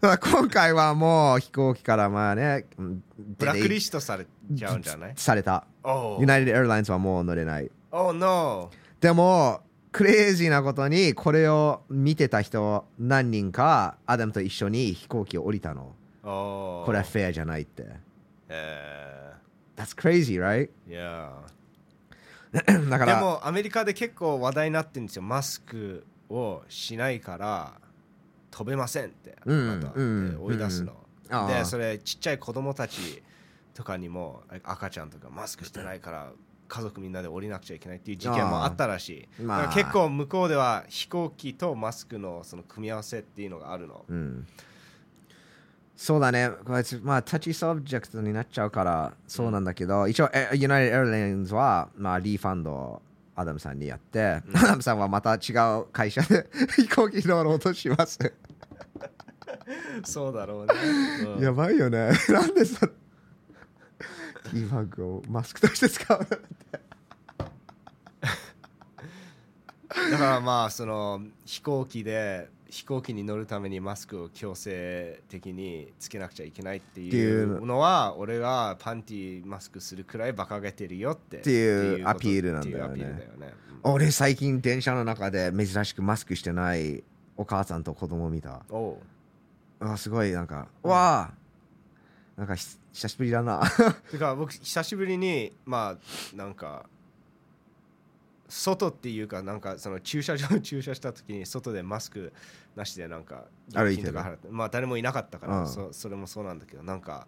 Speaker 1: だ今回はもう飛行機からまあねうん
Speaker 2: ブラック
Speaker 1: 出
Speaker 2: リ
Speaker 1: て
Speaker 2: ストされちゃうんじゃない
Speaker 1: された
Speaker 2: おお
Speaker 1: ユナイテッド・エアラインズはもう乗れない
Speaker 2: お no
Speaker 1: でもクレイジーなことにこれを見てた人何人かアダムと一緒に飛行機を降りたの
Speaker 2: おー
Speaker 1: これはフェアじゃないって
Speaker 2: え
Speaker 1: That's crazy right?
Speaker 2: ーいや
Speaker 1: だか
Speaker 2: ーで
Speaker 1: ら
Speaker 2: もアメリカで結構話題になってるんですよマスクをしないから飛べませんって
Speaker 1: うん
Speaker 2: また
Speaker 1: うん
Speaker 2: で追い出すの、
Speaker 1: あ
Speaker 2: で
Speaker 1: あ
Speaker 2: それちっちゃい子供たちとかにも赤ちゃんとかマスクしてないから家族みんなで降りなくちゃいけないっていう事件もあったらしい、
Speaker 1: まあ
Speaker 2: だから結構向こうでは飛行機とマスクのその組み合わせっていうのがあ るの、
Speaker 1: うん、そうだね、こいつ、まあ、タッチサブジェクトになっちゃうから、そうなんだけど、一応、えユナイテッド・エアラインズは、まあ、リーファンドをアダムさんにやって、アダムさんはまた違う会社で 飛行機乗ろうとします。
Speaker 2: そうだろうね、うん
Speaker 1: やばいよね。 なんでさ、ティーバッグをマスクとして使う
Speaker 2: だからまあその飛行機で飛行機に乗るためにマスクを強制的につけなくちゃいけないって
Speaker 1: ってい
Speaker 2: いううのは俺はパンティマスクするくらい馬鹿げてるよってって
Speaker 1: いう
Speaker 2: こと
Speaker 1: アピールなんだよね
Speaker 2: っていうアピールだよね
Speaker 1: 俺、最近、電車の中で珍しくマスクしてないお母さんと子供を見た。
Speaker 2: うんおう
Speaker 1: あすごい、なんか、わあなんかひ、久しぶりだな。
Speaker 2: てか僕久しぶりにまあなんか外っていうかなんかその駐車場 駐車した時に外でマスクなしでなんか
Speaker 1: 歩いてる
Speaker 2: 現金とか払ってまあ誰もいなかったから、
Speaker 1: うん
Speaker 2: そそれもそうなんだけどなんか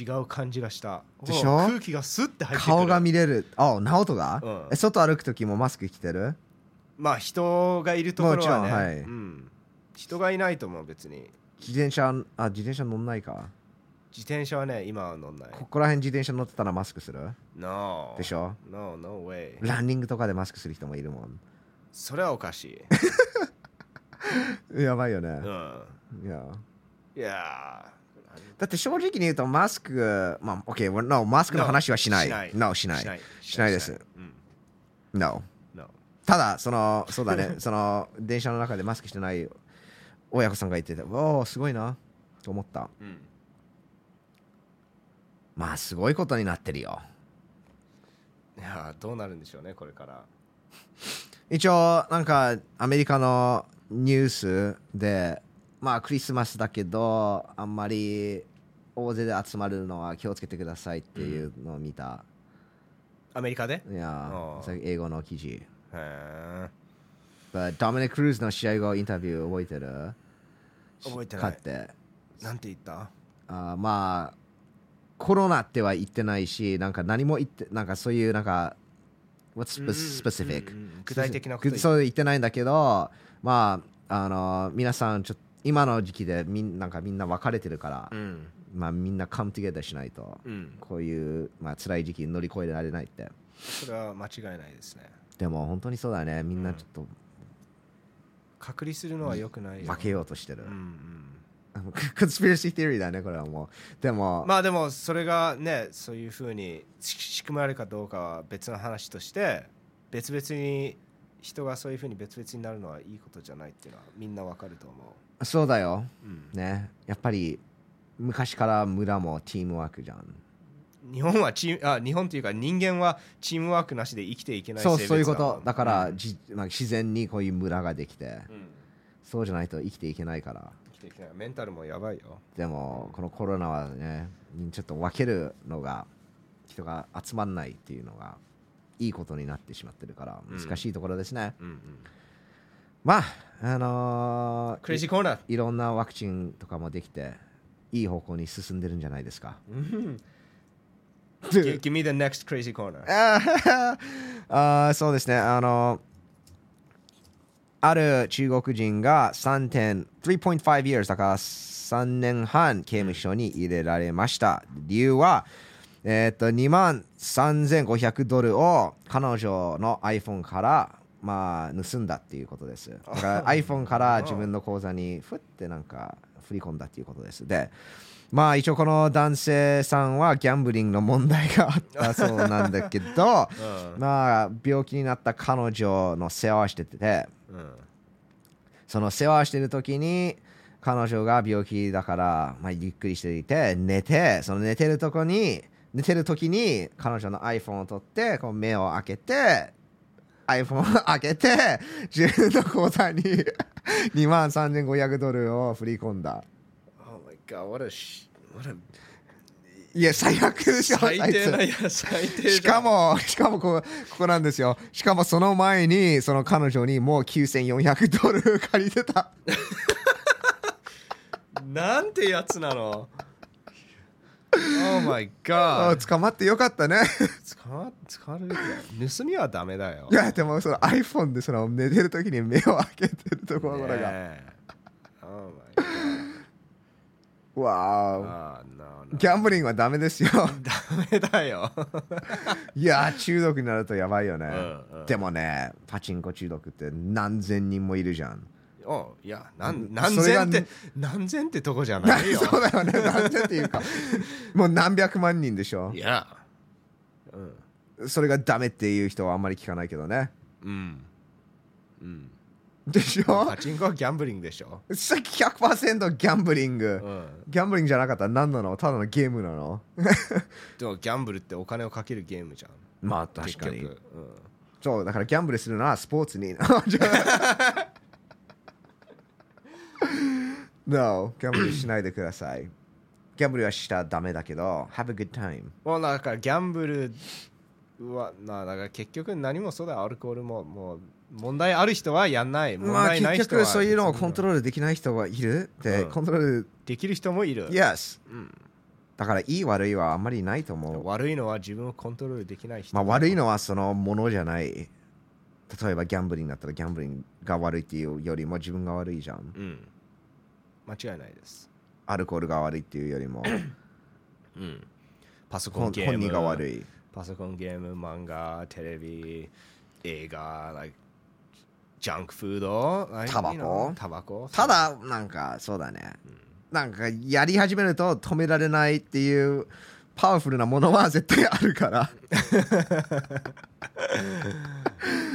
Speaker 2: 違う感じがした
Speaker 1: でしょ
Speaker 2: お空気がスッて入ってくる
Speaker 1: 顔が見れるあ直人が、
Speaker 2: うん
Speaker 1: え外歩く時もマスク着てる
Speaker 2: まあ人がいるところは
Speaker 1: も
Speaker 2: ね
Speaker 1: ちろんはい
Speaker 2: うん、人がいないと思う別に
Speaker 1: 自転車あ自転車乗んないか
Speaker 2: 自転車はね今は乗んない
Speaker 1: ここら辺自転車乗ってたらマスクする
Speaker 2: No
Speaker 1: でしょ
Speaker 2: No no way
Speaker 1: ランニングとかでマスクする人もいるもん
Speaker 2: それはおかし い、
Speaker 1: やばいよ
Speaker 2: う
Speaker 1: ね、
Speaker 2: ん、
Speaker 1: いや
Speaker 2: いやー
Speaker 1: だって正直に言うとマスクまあ OK、no、マスクの話はしない No しないしないです
Speaker 2: うん
Speaker 1: No
Speaker 2: No
Speaker 1: ただそのそうだねその電車の中でマスクしてない親子さんが言ってておおすごいなと思った
Speaker 2: うん
Speaker 1: まあすごいことになってるよ
Speaker 2: いやーどうなるんでしょうねこれから
Speaker 1: 一応なんかアメリカのニュースでまあクリスマスだけどあんまり大勢で集まるのは気をつけてくださいっていうのを見た、
Speaker 2: アメリカで
Speaker 1: いや
Speaker 2: あー
Speaker 1: ーそれ英語の記事
Speaker 2: へえ
Speaker 1: But ドミニク・クルーズの試合後インタビュー覚えてる
Speaker 2: 覚えてな
Speaker 1: 勝
Speaker 2: い
Speaker 1: って
Speaker 2: なんて言った
Speaker 1: あーまあコロナっては言ってないしなんか何も言ってなんかそういうなんか What's
Speaker 2: うん
Speaker 1: spe- specific?
Speaker 2: うんうん具体的なこと
Speaker 1: ぐそう言ってないんだけどまああの皆さんちょっと今の時期でみんなんかみんな別れてるから、
Speaker 2: うん
Speaker 1: まあみんなカムトゥゲダーしないと
Speaker 2: うん
Speaker 1: こういうまあ辛い時期乗り越えられないって
Speaker 2: それは間違いないですね
Speaker 1: でも本当にそうだねみんなちょっと
Speaker 2: 隔離するのは良くないよ
Speaker 1: 分けようとしてる
Speaker 2: うん、うん
Speaker 1: コンスピラシー・テ e リーだねこれはもうでも、
Speaker 2: まあでもそれがねそういうふうにし仕組まれるかどうかは別の話として別々に人がそういうふうに別々になるのはいいことじゃないっていうのはみんなわかると思
Speaker 1: そうだよ
Speaker 2: う、うん
Speaker 1: ねやっぱり昔から村もチームワークじゃん
Speaker 2: 日本はチームあ日本というか人間はチームワークなしで生きていけない
Speaker 1: そう
Speaker 2: 生物
Speaker 1: そういうこ
Speaker 2: も
Speaker 1: と
Speaker 2: ん
Speaker 1: だから、
Speaker 2: うん
Speaker 1: じまあ、自然にこういう村ができて
Speaker 2: うん
Speaker 1: そうじゃないと生きていけないから
Speaker 2: 生きていけないメンタルもやばいよ
Speaker 1: でもこのコロナはねちょっと分けるのが人が集まんないっていうのがいいことになってしまってるから
Speaker 2: うん
Speaker 1: 難しいところですね、
Speaker 2: うんうん
Speaker 1: まああのー
Speaker 2: クレイジーコ ーナー
Speaker 1: いろんなワクチンとかもできていい方向に進んでるんじゃないですか
Speaker 2: Gi- Give me the next crazy corner
Speaker 1: あーあーそうですねあのある中国人が3.3.5 years だから3年半刑務所に入れられました理由はえーっと2万3500ドルを彼女の iPhone からまあ盗んだっていうことですだから iPhone から自分の口座にふってなんか振り込んだっていうことですでまあ一応この男性さんはギャンブリングの問題があったそうなんだけど
Speaker 2: うん
Speaker 1: まあ病気になった彼女の世話をしてて
Speaker 2: うん
Speaker 1: その世話をしてる時に彼女が病気だから、まあ、ゆっくりしていて寝てその寝てるとこに寝てる時に彼女の iPhone を取ってこう目を開けて iPhone を開けて自分の口 座に2万3500ドルを振り込んだ
Speaker 2: Oh my god what a sh- what a
Speaker 1: いや最悪で しょ
Speaker 2: 最
Speaker 1: あい
Speaker 2: 低
Speaker 1: つ
Speaker 2: なや最低じゃん
Speaker 1: しかも、 しかもここ、ここなんですよ。しかもその前に、その彼女にもう9400ドル借りてた。
Speaker 2: なんてやつなの Oh my
Speaker 1: あ
Speaker 2: god
Speaker 1: 捕まってよかったね。
Speaker 2: 使わ使われるべきだよ盗みはダメだよ
Speaker 1: いや、でもその iPhone でその寝てる時に目を開けてるところが。
Speaker 2: ねえ Oh my god
Speaker 1: わあ。
Speaker 2: ああ no, no.
Speaker 1: ギャンブリングはダメですよ。
Speaker 2: ダメだよ、
Speaker 1: いや、中毒になるとやばいよね。
Speaker 2: うんうん
Speaker 1: でもね、パチンコ中毒って何千人もいるじゃん。
Speaker 2: おういやなん何
Speaker 1: それが
Speaker 2: 千って何千ってとこじゃない よ
Speaker 1: そうだよね、何千っていう か、もう何百万人でしょ
Speaker 2: い。やうん
Speaker 1: それがダメっていう人はあんまり聞かないけどね。
Speaker 2: うんうん
Speaker 1: でしょ
Speaker 2: パチンコはギャンブリングでしょ、
Speaker 1: さっき100%ギャンブリン
Speaker 2: う
Speaker 1: グ。
Speaker 2: ん、
Speaker 1: ギャンブリングじゃなかったら何なのただのゲームなの
Speaker 2: でもギャンブルってお金をかけるゲームじゃん
Speaker 1: まあ
Speaker 2: 結局うん
Speaker 1: そう、だからギャンブルするならスポーツ に。no, ギャンブルしないでください。ギャンブルはしたらダメだけど、have a good time。
Speaker 2: もうなんかギャンブルはなだから結局何もそうだよアルコールももう問題ある人はやんない問
Speaker 1: まあ
Speaker 2: 題な
Speaker 1: 結
Speaker 2: い人は、
Speaker 1: 局そういうのをコント
Speaker 2: ロ
Speaker 1: ロ
Speaker 2: ール
Speaker 1: ールできない人がいるって、
Speaker 2: うん
Speaker 1: コントロール、
Speaker 2: できる人もいる、
Speaker 1: yes。
Speaker 2: うん
Speaker 1: だからいい悪いはあんまりないと思う。
Speaker 2: 悪いのは自分をコントロールできない人
Speaker 1: まあ、悪いのはそのものじゃない例えばギャンブリングだったらギャンブリングが悪いっていうよりも自分が悪いじゃん
Speaker 2: うん間違いないです、
Speaker 1: アルコールが悪いっていうよりも
Speaker 2: うん、パソコン
Speaker 1: 本
Speaker 2: ゲーム
Speaker 1: 本人が悪
Speaker 2: い
Speaker 1: い
Speaker 2: パソコンゲーム漫画テレビ映画 like ジャンクフード like
Speaker 1: タバコ
Speaker 2: you know タバコ
Speaker 1: ただなんかそうだねなんかやり始めると止められないっていうパワフルなものは絶対あるから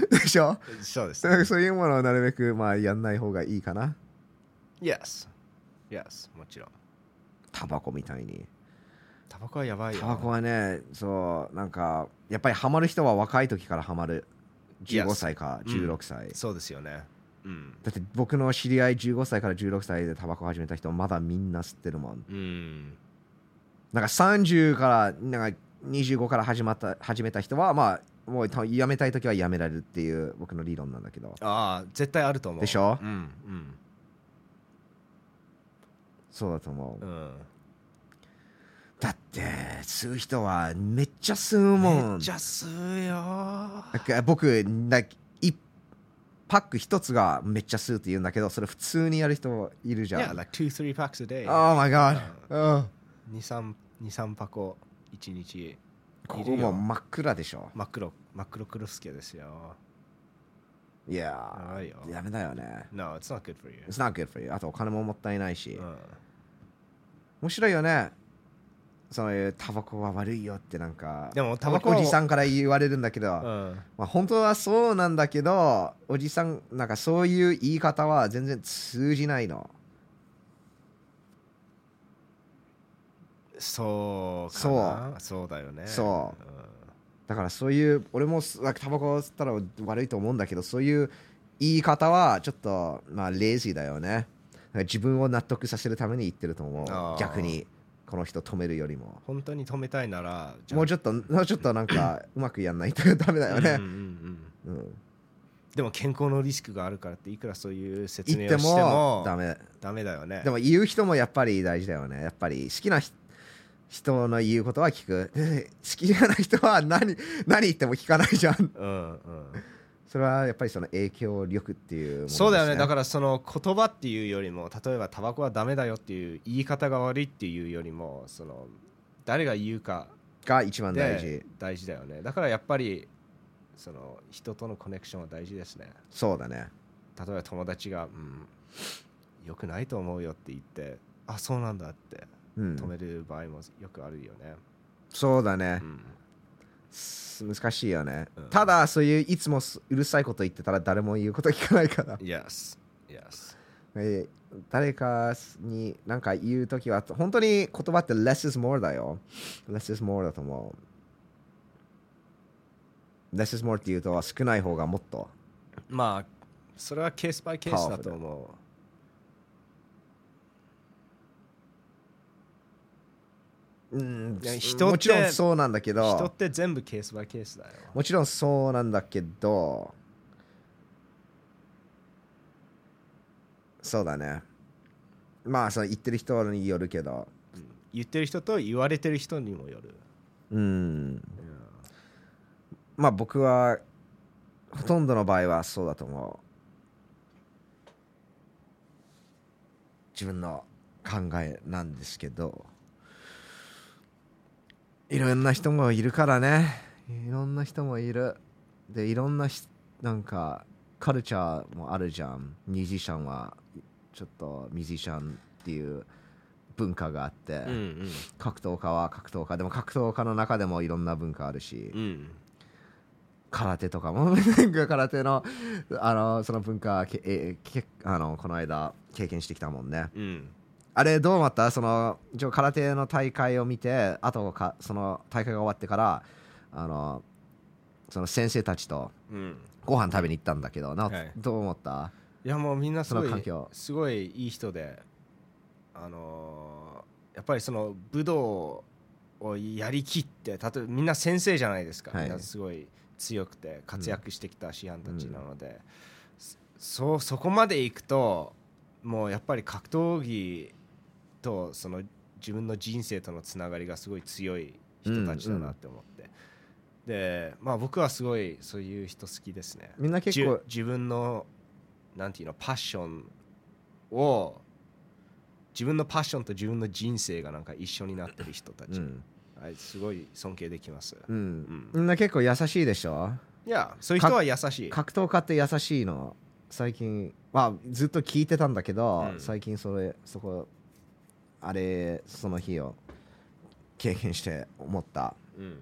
Speaker 1: でしょ
Speaker 2: そうですね。
Speaker 1: そういうものはなるべくまあやんない方がいいかな
Speaker 2: yes。yes。もちろん。
Speaker 1: タバコみたいに
Speaker 2: タバコはやばいよ。
Speaker 1: タバコはねそうなんかやっぱりハマる人は若い時からハマる
Speaker 2: Yes
Speaker 1: 15歳か
Speaker 2: うん
Speaker 1: 16歳、
Speaker 2: そうですよね。うん。
Speaker 1: だって僕の知り合い15歳から16歳でタバコ始めた人まだみんな吸ってるもん
Speaker 2: うん。
Speaker 1: なんか30からなんか25から始まった始めた人はまあもう多分やめたい時はやめられるっていう僕の理論なんだけど
Speaker 2: ああ、絶対あると思う。
Speaker 1: でしょ
Speaker 2: うん。
Speaker 1: そうだと思う、
Speaker 2: うん。うん。
Speaker 1: だって吸う人はめっちゃ吸うも
Speaker 2: め
Speaker 1: ん
Speaker 2: っちゃ吸うよ。
Speaker 1: なんか僕なんか一パック一つがめっちゃ吸うって言うんだけどそれ普通にやる人いるじゃん、
Speaker 2: Yeah, like two, three packs a day.
Speaker 1: Oh my god、うん
Speaker 2: 二三二三箱一日
Speaker 1: ここもう真っ暗でしょ
Speaker 2: 真っ黒真っ黒クロスケですよ。
Speaker 1: いや
Speaker 2: あいよ。
Speaker 1: ーやめだよね
Speaker 2: No, it's not good for you.
Speaker 1: It's not good for you あとお金ももったいないし、
Speaker 2: うん
Speaker 1: 面白いよねそういうタバコは悪いよってなんか
Speaker 2: でもタバコは
Speaker 1: おじさんから言われるんだけど、
Speaker 2: うん。
Speaker 1: まあ、本当はそうなんだけどおじさんなんかそういう言い方は全然通じないの
Speaker 2: そうかな。そうだよね。。
Speaker 1: そうだからそういう俺もすなんかタバコ吸ったら悪いと思うんだけどそういう言い方はちょっとまあレイジーだよねなんか自分を納得させるために言ってると思
Speaker 2: あ
Speaker 1: う
Speaker 2: ー
Speaker 1: 逆にこの人止めるよりも
Speaker 2: 本当に止めたいなら、
Speaker 1: もうち
Speaker 2: ょっ
Speaker 1: ょっと もうちょっとなんかうまくやんないとダメだよね、うん
Speaker 2: でも健康のリスクがあるからっていくらそういう説
Speaker 1: 言
Speaker 2: 明
Speaker 1: っ
Speaker 2: を
Speaker 1: て
Speaker 2: して
Speaker 1: も
Speaker 2: も
Speaker 1: ダメ
Speaker 2: ダメだよね。
Speaker 1: でも言う人もやっぱり大事だよねやっぱり好きなひ人の言うことは聞く で好きじゃない人は何何言っても聞かないじゃん
Speaker 2: うんうん。
Speaker 1: それはやっぱりその影響力っていうものです、
Speaker 2: そうだよねだからその言葉っていうよりも例えばタバコはダメだよっていう言い方が悪いっていうよりもその誰が言うか
Speaker 1: が一番大事
Speaker 2: で大事だよねだからやっぱりその人とのコネクションは大事ですね
Speaker 1: そうだね
Speaker 2: 例えば友達が「うんよくないと思うよ」って言って「あそうなんだ」って
Speaker 1: うん
Speaker 2: 止める場合もよくあるよね、
Speaker 1: そうだね
Speaker 2: う、ん
Speaker 1: す難しいよね、
Speaker 2: うん
Speaker 1: ただそういういつもすうるさいこと言ってたら誰も言うこと聞かないから
Speaker 2: Yes Yes
Speaker 1: えー誰かに何か言うときは本当に言葉って less is more だよ less is more だと思う less is more って言うと少ない方がもっと
Speaker 2: まあそれはケースバイケースだと思う
Speaker 1: うん
Speaker 2: いや
Speaker 1: す
Speaker 2: 人って
Speaker 1: もちろんそうなんだけ
Speaker 2: 人っ
Speaker 1: ど
Speaker 2: て全部ケースバイケースだよ
Speaker 1: もちろんそうなんだけどそうだねまあその言ってる人によるけど
Speaker 2: 言ってる人と言われてる人にもよる、
Speaker 1: うんまあ僕はほとんどの場合はそうだと思う自分の考えなんですけどいろんな人もいるからねいろんな人もいるでいろんなひなんかカルチャーもあるじゃんミュージシャンはちょっとミュージシャンっていう文化があって、
Speaker 2: うん
Speaker 1: 格闘家は格闘家でも格闘家の中でもいろんな文化あるし、
Speaker 2: うんうん
Speaker 1: 空手とかも なんか空手のあのその文化けえけあのこの間経験してきたもんね
Speaker 2: うん
Speaker 1: あれどう思ったその一応空手の大会を見てあとかその大会が終わってからあのその先生たちと
Speaker 2: うん
Speaker 1: ご飯食べに行ったんだけどなお、
Speaker 2: はい
Speaker 1: どう思った
Speaker 2: いやもうみんなすご
Speaker 1: そ
Speaker 2: い
Speaker 1: の環境
Speaker 2: すごいいい人であのーやっぱりその武道をやりきって例えばみんな先生じゃないですか、
Speaker 1: はい
Speaker 2: みんなすごい強くて活躍してきた師範たちなので、そそうそこまでいくともうやっぱり格闘技とその自分の人生とのつながりがすごい強い人たちだなって思って、でまあ僕はすごいそういう人好きですね
Speaker 1: みんな結構
Speaker 2: じゅ自分のなんていうのパッションを自分のパッションと自分の人生がなんか一緒になってる人た
Speaker 1: う
Speaker 2: ち、
Speaker 1: ん、
Speaker 2: あいつすごい尊敬できます、
Speaker 1: うん
Speaker 2: ん
Speaker 1: みんな結構優しいでしょ
Speaker 2: いやそういう人は優しい
Speaker 1: 格闘家って優しいの最近まあずっと聞いてたんだけど、
Speaker 2: うん
Speaker 1: 最近それそこあれその日を経験して思った
Speaker 2: うん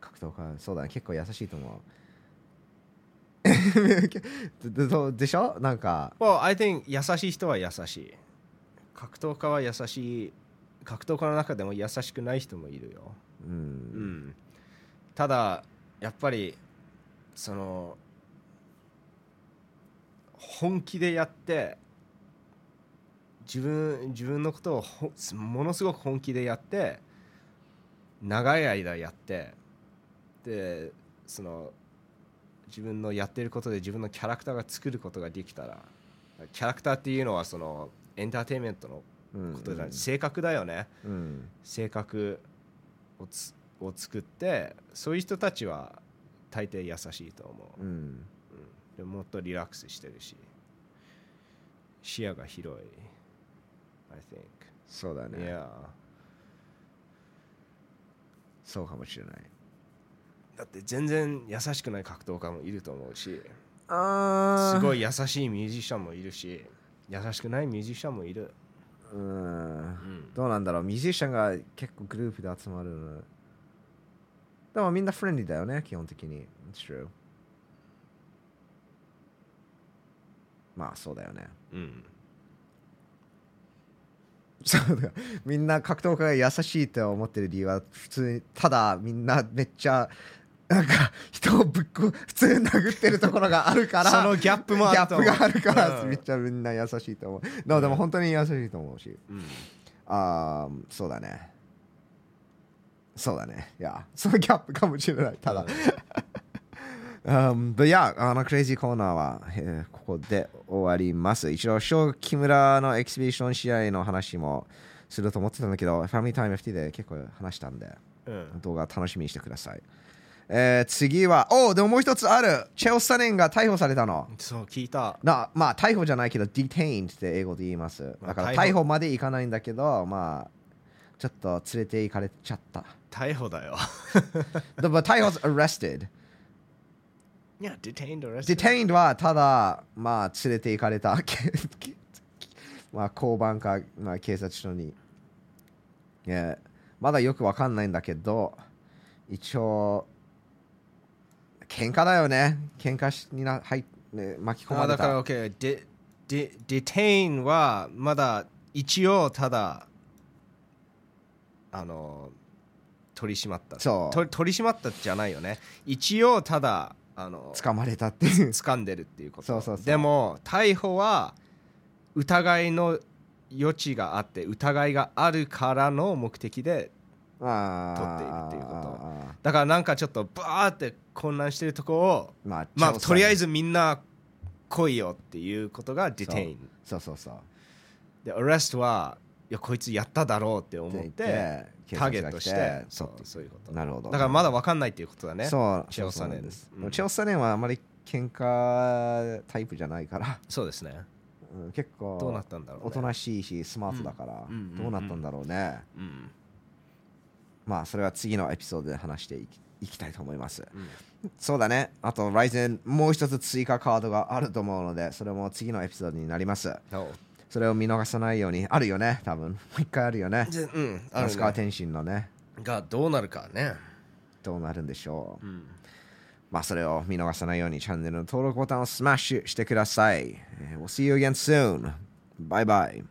Speaker 1: 格力とかそうだね結構優しいと思う でででしょなんか
Speaker 2: Well, I think 優しい人は優しい。格闘家は優しい。格闘家の中でも優しくない人もいるよ。
Speaker 1: う
Speaker 2: うんん。ただ、やっぱり、その、本気でやって、自分自分のことをほものすごく本気でやって、長い間やって、で、その、自分のやってることで自分のキャラクターが作ることができたらキャラクターっていうのはそのエンターテインメントの
Speaker 1: うん
Speaker 2: ことじゃない、性格だよね
Speaker 1: うん
Speaker 2: 性格をつを作ってそういう人たちは大抵優しいと思う、
Speaker 1: うん
Speaker 2: でもっとリラックスしてるし視野が広い I think
Speaker 1: そうだね、
Speaker 2: yeah
Speaker 1: そうかもしれない
Speaker 2: だって全然優しくない格闘家もいると思うし
Speaker 1: あ
Speaker 2: すご
Speaker 1: い
Speaker 2: い優しいミュージシャンもいるし優しくないミュージシャンもいる、
Speaker 1: うん
Speaker 2: うん
Speaker 1: どうなんだろうミュージシャンが結構グループで集まるのでもみんなフレンリーだよね基本的に It's true まあそうだよね
Speaker 2: うん
Speaker 1: そうだみんな格闘家が優しいと思ってる理由は普通にただみんなめっちゃなんか人をぶっこ普通に殴ってるところがあるから
Speaker 2: そのギャップもあると思う
Speaker 1: ギャップがあるから、
Speaker 2: うん
Speaker 1: めっちゃみんな優しいと思う、でもでも本当に優しいと思うし
Speaker 2: うん
Speaker 1: あーそうだねそうだねいや そのギャップかもしれないた だ、うん、でいや、あのクレイジーコーナーは、えーここで終わります。一応、小木村のエキシビション試合の話もすると思ってたんだけど、ファミリータイム FT で結構話したんで、
Speaker 2: うん
Speaker 1: 動画楽しみにしてください。えー次は、おうでももう一つあるチェオスサネンが逮捕されたの。
Speaker 2: そう聞いた
Speaker 1: なまあ、逮捕じゃないけど、detained って英語で言います。
Speaker 2: まあ
Speaker 1: だから
Speaker 2: 逮
Speaker 1: 逮
Speaker 2: 捕
Speaker 1: 捕まで行かないんだけど、まあ、ちょっと連れて行かれちゃった。
Speaker 2: 逮捕だよ
Speaker 1: でも逮捕 was arrested。
Speaker 2: いや detained arrested
Speaker 1: detained はただまあ連れて行かれたけ けまあ交番か、まあ、警察署に、えーまだよくわかんないんだけど一応喧嘩だよね喧嘩しにな、はいね、巻き込ま
Speaker 2: あ
Speaker 1: れ
Speaker 2: だか
Speaker 1: た
Speaker 2: ら OK de, de, detain はまだ一応ただあの取り締まった
Speaker 1: そう
Speaker 2: と取り締まったじゃないよね一応ただあの
Speaker 1: 捕まれたっていう
Speaker 2: 掴んでるっていうこと
Speaker 1: そうそうそう
Speaker 2: でも逮捕は疑いの余地があって疑いがあるからの目的で
Speaker 1: あー
Speaker 2: 取っているっていうこと
Speaker 1: あーあ
Speaker 2: だからなんかちょっとバーって混乱してるとこを
Speaker 1: ーまあ
Speaker 2: まあ
Speaker 1: 調査
Speaker 2: とりあえずみんな来いよっていうことが detain
Speaker 1: そうそうそう
Speaker 2: で arrest はいやこいつやっただろうって思って
Speaker 1: 警
Speaker 2: ター
Speaker 1: 察
Speaker 2: ゲ
Speaker 1: が来
Speaker 2: ットして
Speaker 1: そ
Speaker 2: そううそういうこと
Speaker 1: なるほど
Speaker 2: だからまだ分かんないっていうことだねそう
Speaker 1: そう、
Speaker 2: チェオサネン
Speaker 1: そうなんです。
Speaker 2: うん
Speaker 1: チェオサネンはあまり喧嘩タイプじゃないから、
Speaker 2: ですね
Speaker 1: うん結構
Speaker 2: どうなったんだろう、ね、
Speaker 1: おとなしいし、スマートだから、
Speaker 2: うんうんうんうん
Speaker 1: どうなったんだろうね。
Speaker 2: うん
Speaker 1: まあ、それは次のエピソードで話していきいきたいと思います。
Speaker 2: うん
Speaker 1: そうだね。あと、Ryzen、もう一つ追加カードがあると思うので、それも次のエピソードになります。
Speaker 2: なお
Speaker 1: それを見逃さないように、あるよね、多分。もう一回あるよね。
Speaker 2: でうんあ
Speaker 1: 那
Speaker 2: る
Speaker 1: 須川
Speaker 2: ね
Speaker 1: 天心のね、
Speaker 2: がどうなるかね
Speaker 1: どうなるんでしょう。
Speaker 2: うん
Speaker 1: まあ、それを見逃さないようにチャンネルの登録ボタンをスマッシュしてください。えー We'll see you again soon. Bye bye.